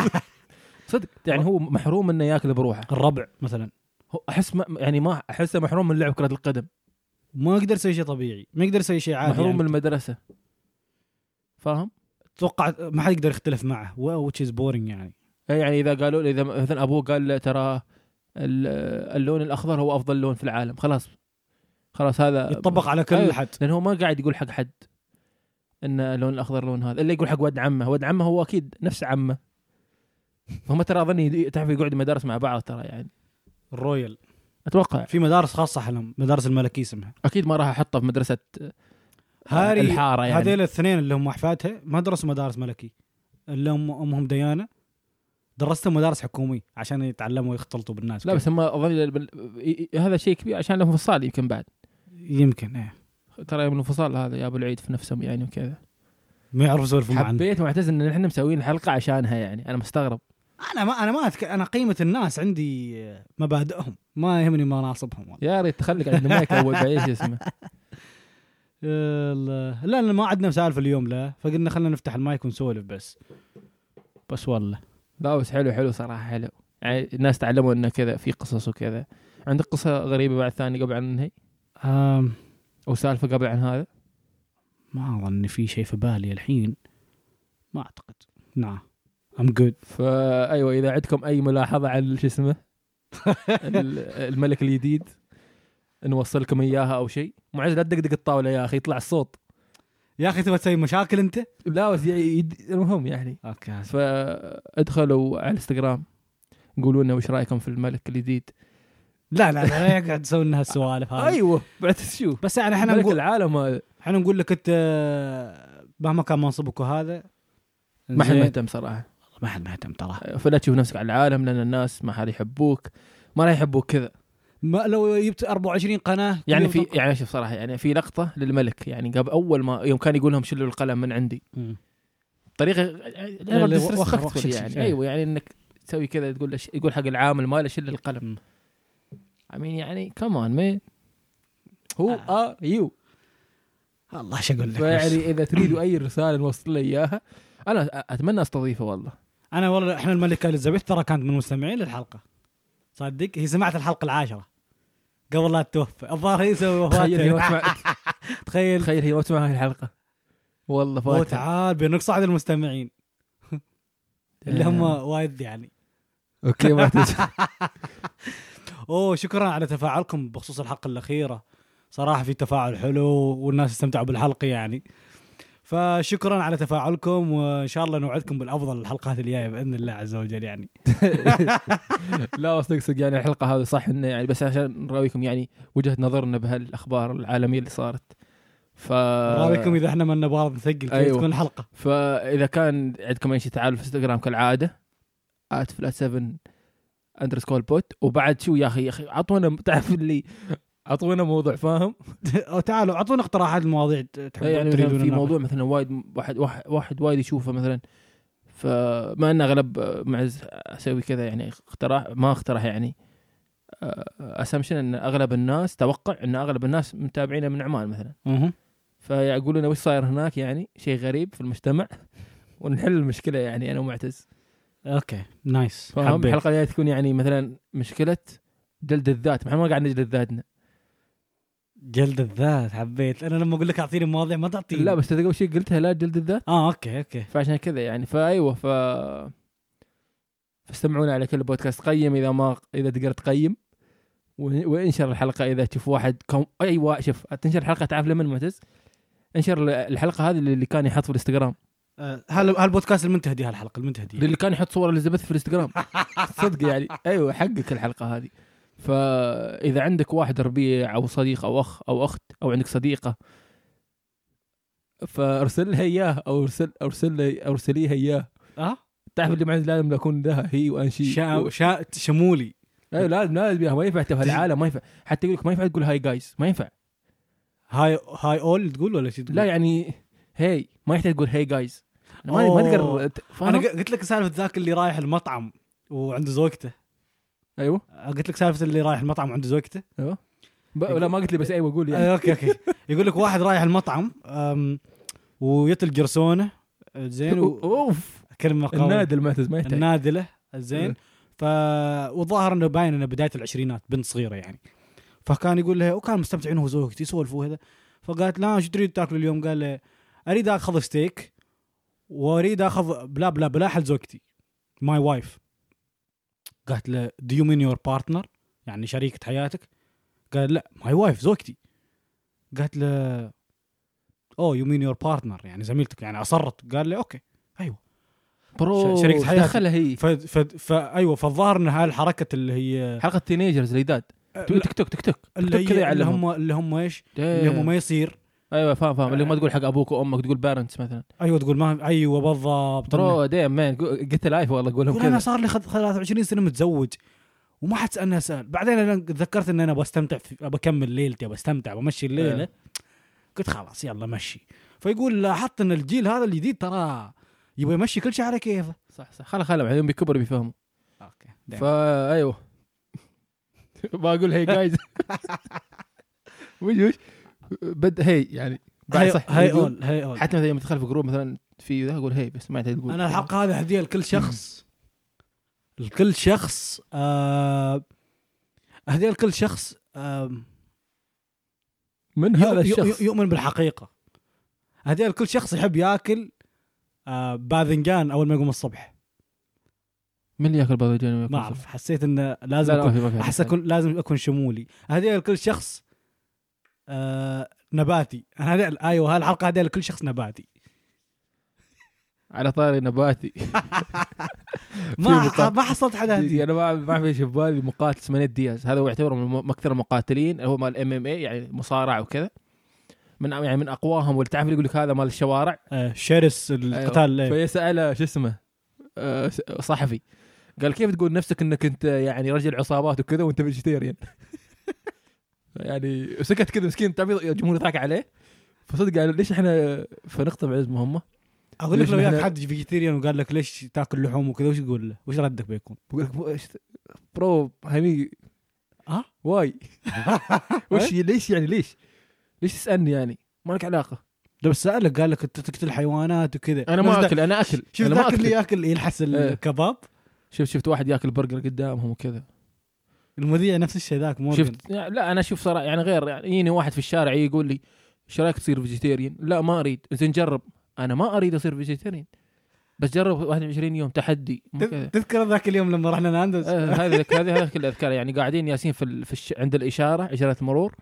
صدق يعني هو محروم انه ياكل بروحه الربع مثلا هو احس ما يعني ما احسه محروم من لعب كره القدم ما يقدر يسوي شيء طبيعي ما يقدر يسوي شيء عادي محروم يعني. من المدرسه فاهم؟ اتوقع ما حد يقدر يختلف معه وتش از بورينج يعني إيه يعني اذا قالوا لي اذا مثلا ابوه قال له ترى ال- اللون الاخضر هو افضل لون في العالم خلاص خلاص هذا يتطبق على كل أيوة. حد لان هو ما قاعد يقول حق حد ان اللون الاخضر لون هذا الا يقول حق ولد عمه ولد عمه هو اكيد نفس عمه هم ترى اظني تعرف يقعد مدارس مع بعض ترى يعني الرويال اتوقع في مدارس خاصه حلم مدارس الملكي اسمها اكيد ما راح احطه في مدرسه هاري الحاره يعني يعني. هذيل الاثنين اللي هم احفادها ما درسوا مدارس ملكي اللي هم امهم ديانا درستهم مدارس حكوميه عشان يتعلموا ويختلطوا بالناس لا بس هم اظن بال- ي- ي- هذا شيء كبير عشان لهم انفصال يمكن بعد يمكن ايه ترى من الانفصال هذا يا ابو العيد في نفسهم يعني وكذا ما يعرفوا يسولفوا معنا حبيت معتز ان احنا مسويين حلقه عشانها يعني انا مستغرب انا ما انا ما أتك... انا قيمه الناس عندي مبادئهم ما يهمني مناصبهم والله يا ريت تخليك عند مايك اول بعدين شو اسمه يلا. لا لا، ما عندنا سالفه اليوم لا فقلنا خلينا نفتح المايك ونسولف بس بس والله لا بس حلو حلو صراحه حلو يعني الناس تعلموا انه كذا في قصص وكذا عندك قصه غريبه بعد ثانيه قبل عن هي أم... او سالفه قبل عن هذا ما اظن في شيء في بالي الحين ما اعتقد نعم ام جود فايوه اذا أيوة، عندكم اي ملاحظه عن شو اسمه ال- الملك الجديد نوصلكم اياها او شيء معز لا تدقدق الطاوله يا اخي يطلع الصوت يا اخي تبغى تسوي مشاكل انت؟ لا بس يعني يد- المهم يعني اوكي فادخلوا على الانستغرام قولوا لنا وش رايكم في الملك الجديد لا لا لا يقعد تسوي لنا هالسوالف هذه ايوه بعد شو بس يعني احنا احنا ملك نقول العالم هذا احنا نقول لك انت آه، مهما كان منصبك وهذا ما حد زين. مهتم صراحه ما حد مهتم ترى فلا تشوف نفسك على العالم لان الناس ما حد يحبوك ما راح يحبوك كذا طيب ما لو جبت 24 قناه يعني كل في يوم يعني شوف صراحه يعني في لقطه للملك يعني قبل اول ما يوم كان يقول لهم شلوا القلم من عندي مم. طريقه اللي يعني, وخ- disrespectful وخ- وخ- يعني إيه. ايوه يعني انك تسوي كذا تقول له ش- يقول حق العامل ماله شل القلم مم. امين يعني كمان مين هو ار يو الله شو اقول آه. لك بس. فيعني اذا تريدوا اي رساله نوصل لي اياها انا اتمنى استضيفه والله انا والله احنا الملكه اليزابيث ترى كانت من المستمعين للحلقه صدق هي سمعت الحلقه العاشره قبل لا توفى الظاهر هي سوى تخيل هي ما وفاه تسمع- تخيل تخيل هي ما تسمع هاي الحلقه والله هو فاتح تعال بينك صعد المستمعين اللي هم وايد يعني اوكي ما تس- اوه شكرا على تفاعلكم بخصوص الحلقه الاخيره صراحه في تفاعل حلو والناس استمتعوا بالحلقه يعني فشكرا على تفاعلكم وان شاء الله نوعدكم بالافضل الحلقات الجايه باذن الله عز وجل يعني لا بس نقصد يعني الحلقه هذه صح انه يعني بس عشان نراويكم يعني وجهه نظرنا بهالاخبار العالميه اللي صارت ف آه، رايكم اذا احنا ما نبغى نثقل كيف أيوة. تكون الحلقه فاذا كان عندكم اي شيء تعالوا في انستغرام كالعاده ات فلات 7 اندرسكول بوت وبعد شو يا اخي يا اخي عطونا تعرف اللي عطونا موضوع فاهم أو تعالوا اعطونا اقتراحات المواضيع تحبون يعني مثلاً تريدون في نناقش. موضوع مثلا وايد واحد واحد, واحد وايد يشوفه مثلا فما ان اغلب معز اسوي كذا يعني اقتراح ما اقترح يعني آه، اسامشن ان اغلب الناس توقع ان اغلب الناس متابعينا من عمان مثلا مهم. فيقولون لنا وش صاير هناك يعني شيء غريب في المجتمع ونحل المشكله يعني انا ومعتز اوكي نايس فهم حبيت الحلقه الجايه تكون يعني مثلا مشكله جلد الذات ما إحنا ما قاعد نجلد ذاتنا جلد الذات حبيت انا لما اقول لك اعطيني مواضيع ما تعطيني لا بس تدري أول شيء قلتها لا جلد الذات اه اوكي اوكي فعشان كذا يعني فايوه ف فاستمعونا على كل بودكاست قيم اذا ما اذا تقدر تقيم و- وانشر الحلقه اذا تشوف واحد كوم... ايوه شوف تنشر الحلقه تعرف لمن معتز انشر ال- الحلقه هذه اللي كان يحط في الانستغرام آه، هل هالبودكاست المنتهى دي هالحلقه المنتهى دي اللي كان يحط صور اليزابيث في الانستغرام صدق يعني ايوه حقك الحلقه هذه فاذا عندك واحد ربيع او صديق او اخ او اخت او عندك صديقه فارسل لها اياه او ارسل ارسل ارسليها اياه اه تعرف اللي معي لازم اكون لها هي وانشي شا... شا... شمولي ايوه لازم لازم ياها ما ينفع تبقى العالم ما ينفع حتى يقول لك ما ينفع تقول هاي جايز ما ينفع هاي هاي اول تقول ولا شو تقول؟ لا يعني هي ما يحتاج تقول هاي جايز ما ما أوه. تقدر ت- انا فاهم؟ ق- قلت لك سالفه ذاك اللي رايح المطعم وعنده زوجته ايوه قلت لك سالفه اللي رايح المطعم وعنده زوجته ب- لا ما قلت لي بس ايوه قول يعني آه، اوكي اوكي يقول لك واحد رايح المطعم أم، ويطل جرسونه آه، زين أو- و- اوف كلمه قوية النادي المعتز ما يحتاج إيه. النادله زين ف وظاهر انه باين انه بدايه العشرينات بنت صغيره يعني فكان يقول لها وكان مستمتع انه هو زوجتي يسولفوا وهذا فقالت لا شو تريد تاكل اليوم؟ قال لها اريد اخذ ستيك واريد اخذ بلا بلا بلا حل زوجتي ماي وايف قالت له دو يو مين يور بارتنر يعني شريكة حياتك قال لا ماي وايف زوجتي قالت له "Oh, اوه يو مين يور بارتنر يعني زميلتك يعني اصرت قال لي اوكي ايوه برو ش- شريكة شركة حياتي. دخلها هي ف... ف... فايوه فالظاهر ان هاي الحركه اللي هي حلقه تينيجرز الجداد تيك توك تيك توك اللي كذا هي اللي يعلمهم. هم اللي هم ايش؟ اللي هم آه. ايوه ما يصير فاهم فاهم اللي ما تقول حق ابوك وامك تقول بارنتس مثلا ايوه تقول ما ايوه بالضبط برو ديم مان قلت لايف والله قولهم تقول انا كذا صار لي خد- 23 سنه متزوج وما حد سالني سؤال بعدين انا تذكرت ان انا بستمتع في بكمل ليلتي بستمتع بمشي الليله إيه. قلت خلاص يلا مشي فيقول لاحظت ان الجيل هذا الجديد ترى يبغى يمشي كل شيء على كيفه صح صح خلا خلا بعدين بيكبر بيفهموا اوكي فا ايوه بقول هي جايز وش وش بد هي يعني بعد هاي, صح هاي يقول- اول هاي اول حتى مثلا يوم تدخل في جروب مثلا في ذا اقول هي بس ما تقول انا الحلقه هذه هديه لكل شخص لكل شخص آه هديه لكل شخص آه من هذا الشخص يؤمن بالحقيقه هديه لكل شخص يحب ياكل آه باذنجان اول ما يقوم الصبح من اللي ياكل باذنجان وياكل ما صفر؟ اعرف حسيت انه لا لازم لا ما أكون في ما في احس اكون لازم اكون شمولي هديه لكل شخص آه نباتي انا هدي... ايوه هالحلقه هديه لكل شخص نباتي على طاري نباتي في ما بطاقة. ما حصلت حدا هديه انا ما ما في في بالي مقاتل اسمه نيت دياز هذا هو يعتبر من الم- اكثر المقاتلين هو مال ام ام اي يعني مصارع وكذا من يعني من اقواهم واللي تعرف اللي يقول لك هذا مال الشوارع آه شرس القتال إيه. أيوة. فيسأل شو اسمه آه، س- صحفي قال كيف تقول نفسك انك انت يعني رجل عصابات وكذا وانت فيجيتيريان يعني سكت كذا مسكين تعرف الجمهور يضحك عليه فصدق قال ليش احنا فنقطة بعز مهمة اقول لك ليش لو نحن- جاك حد فيجيتيريان وقال لك ليش تاكل لحوم وكذا وش تقول له؟ وش ردك بيكون؟ بقول لك بو- إيش ت- برو هني آه؟ ها؟ واي وش ليش يعني ليش ليش تسألني يعني ما لك علاقة ده بس سالك قال لك انت تقتل حيوانات وكذا انا ما بس ده- اكل انا اكل شوف انا ما ذاك اللي اكل ياكل يلحس إيه. الكباب شفت شفت واحد ياكل برجر قدامهم وكذا المذيع نفس الشيء ذاك مو شفت لا انا اشوف صراحه يعني غير يعني يجيني واحد في الشارع يقول لي ايش رايك تصير فيجيتيريان؟ لا ما اريد زين جرب انا ما اريد اصير فيجيتيريان بس جرب 21 يوم تحدي مو كذا تذكر ذاك اليوم لما رحنا ناندوز آه، هذه ذك- هذه هذه كل الاذكار يعني قاعدين ياسين في, ال- في الش... عند الاشاره اشاره مرور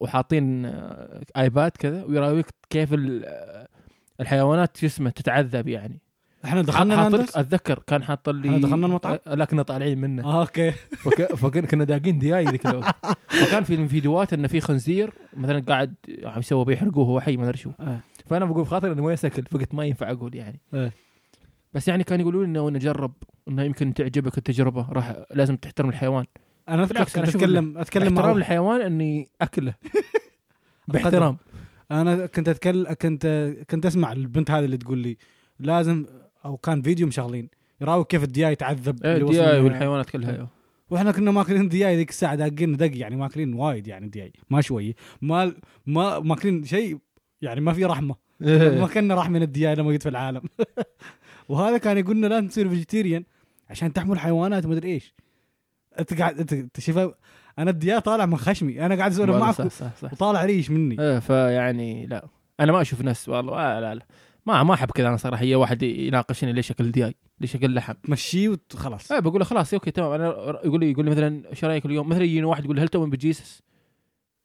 وحاطين آه، ايباد كذا ويراويك كيف ال... آه، الحيوانات شو اسمه تتعذب يعني احنا دخلنا حاط ناندوز لك اتذكر كان حاط لي إحنا دخلنا المطعم؟ آه، لا كنا طالعين منه آه، اوكي فك- فكنا كنا داقين دياي ذيك الوقت فكان في الفيديوهات انه في خنزير مثلا قاعد عم يسوي بيحرقوه هو حي ما ادري شو آه. فانا بقول في خاطر انه ما يسكل فقلت ما ينفع اقول يعني إيه. بس يعني كانوا يقولون انه نجرب انه يمكن تعجبك التجربه راح لازم تحترم الحيوان انا بالعكس، اذكر أنا كنت أشوف اتكلم اتكلم احترام مع الحيوان اني اكله باحترام انا كنت اتكلم كنت كنت اسمع البنت هذه اللي تقول لي لازم او كان فيديو مشغلين يراوي كيف الدياي يتعذب إيه، اللي وصل دياي منه. والحيوانات كلها إيه. أيوه. واحنا كنا ماكلين دياي ذيك الساعه داقين دق يعني ماكلين وايد يعني دياي ما شوي ما ما ماكلين شيء يعني ما في رحمه إيه. ما كنا راح من الدياي لما جيت في العالم وهذا كان يقول لنا لازم تصير فيجيتيريان عشان تحمل حيوانات ومدري ايش انت قاعد انت أنت شايف انا الديار طالع من خشمي انا قاعد اسولف والله معك صح صح صح وطالع ريش مني إيه، فيعني لا انا ما اشوف ناس والله آه لا لا ما ما احب كذا انا صراحه هي واحد يناقشني ليش اكل دياي ليش اكل لحم تمشيه وخلاص آه بقول له خلاص اوكي تمام انا ر- يقول لي يقول لي مثلا ايش رايك اليوم مثلا يجيني واحد يقول لي هل تؤمن بجيسس؟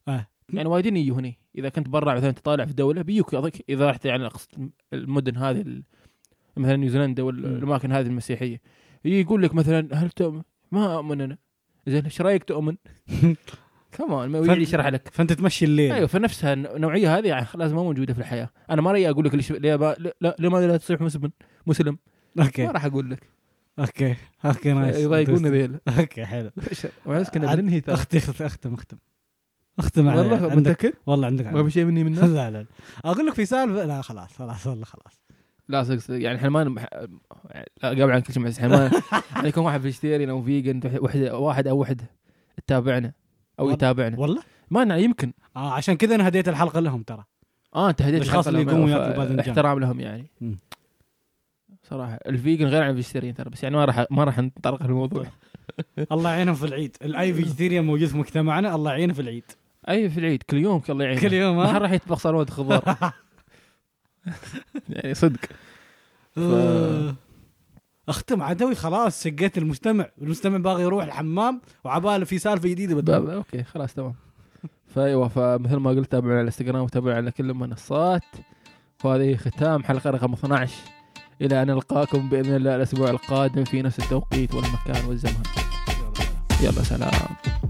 آه. يعني وايدين يجوا هني اذا كنت برا مثلا تطالع في دوله بيجوك أظن- اذا رحت يعني اقصد المدن هذه ال- مثلا نيوزيلندا مم. والاماكن هذه المسيحيه يجي يقول لك مثلا هل تؤمن؟ ما اؤمن انا زين ايش رايك تؤمن؟ كمان ما يجي يشرح لك فانت تمشي الليل ايوه فنفسها النوعيه هذه يعني خلاص ما موجوده في الحياه انا ما رايي اقول لك ليش ليه ما- لا- لماذا لا تصيح مسلم مسلم ما اوكي راح اقول لك اوكي اوكي نايس يضايقوني ذيلا اوكي حلو وعز كنا عاد- بننهي ترى اختي اختي اختم اختم اختم علي والله عندك متاكد والله عندك ما عندك. في شيء مني لا منه لا لا اقول لك في سالفه لا خلاص خلاص والله خلاص لا صدق صدق يعني احنا ما نم- لا قبل عن كل شيء بس احنا ما يعني يكون واحد فيجيتيريان او فيجن وحده واحد او وحده تتابعنا او والله. يتابعنا والله ما نع- يمكن آه عشان كذا انا هديت الحلقه لهم ترى اه انت هديت الأشخاص اللي لهم، يقوموا ف- ياكلوا باذنجان. احترام لهم يعني مم. صراحه الفيجن غير عن الفيجيتيريان ترى بس يعني ما راح ما راح نتطرق للموضوع إيه. الله يعينهم في العيد الاي فيجيتيريان موجود في مجتمعنا الله يعينه في العيد اي في العيد كل يوم الله يعينك كل يوم، ها؟ ما حد راح يطبخ صالونة خضار يعني صدق آه. اختم عدوي خلاص شقيت المجتمع المجتمع باغي يروح الحمام وعباله في سالفه جديده ب- بتقول ب- اوكي خلاص تمام فايوه فمثل ما قلت تابعونا على الانستغرام وتابعونا على كل المنصات وهذه ختام حلقه رقم 12 الى ان نلقاكم باذن الله الاسبوع القادم في نفس التوقيت والمكان والزمان يلا. يلا سلام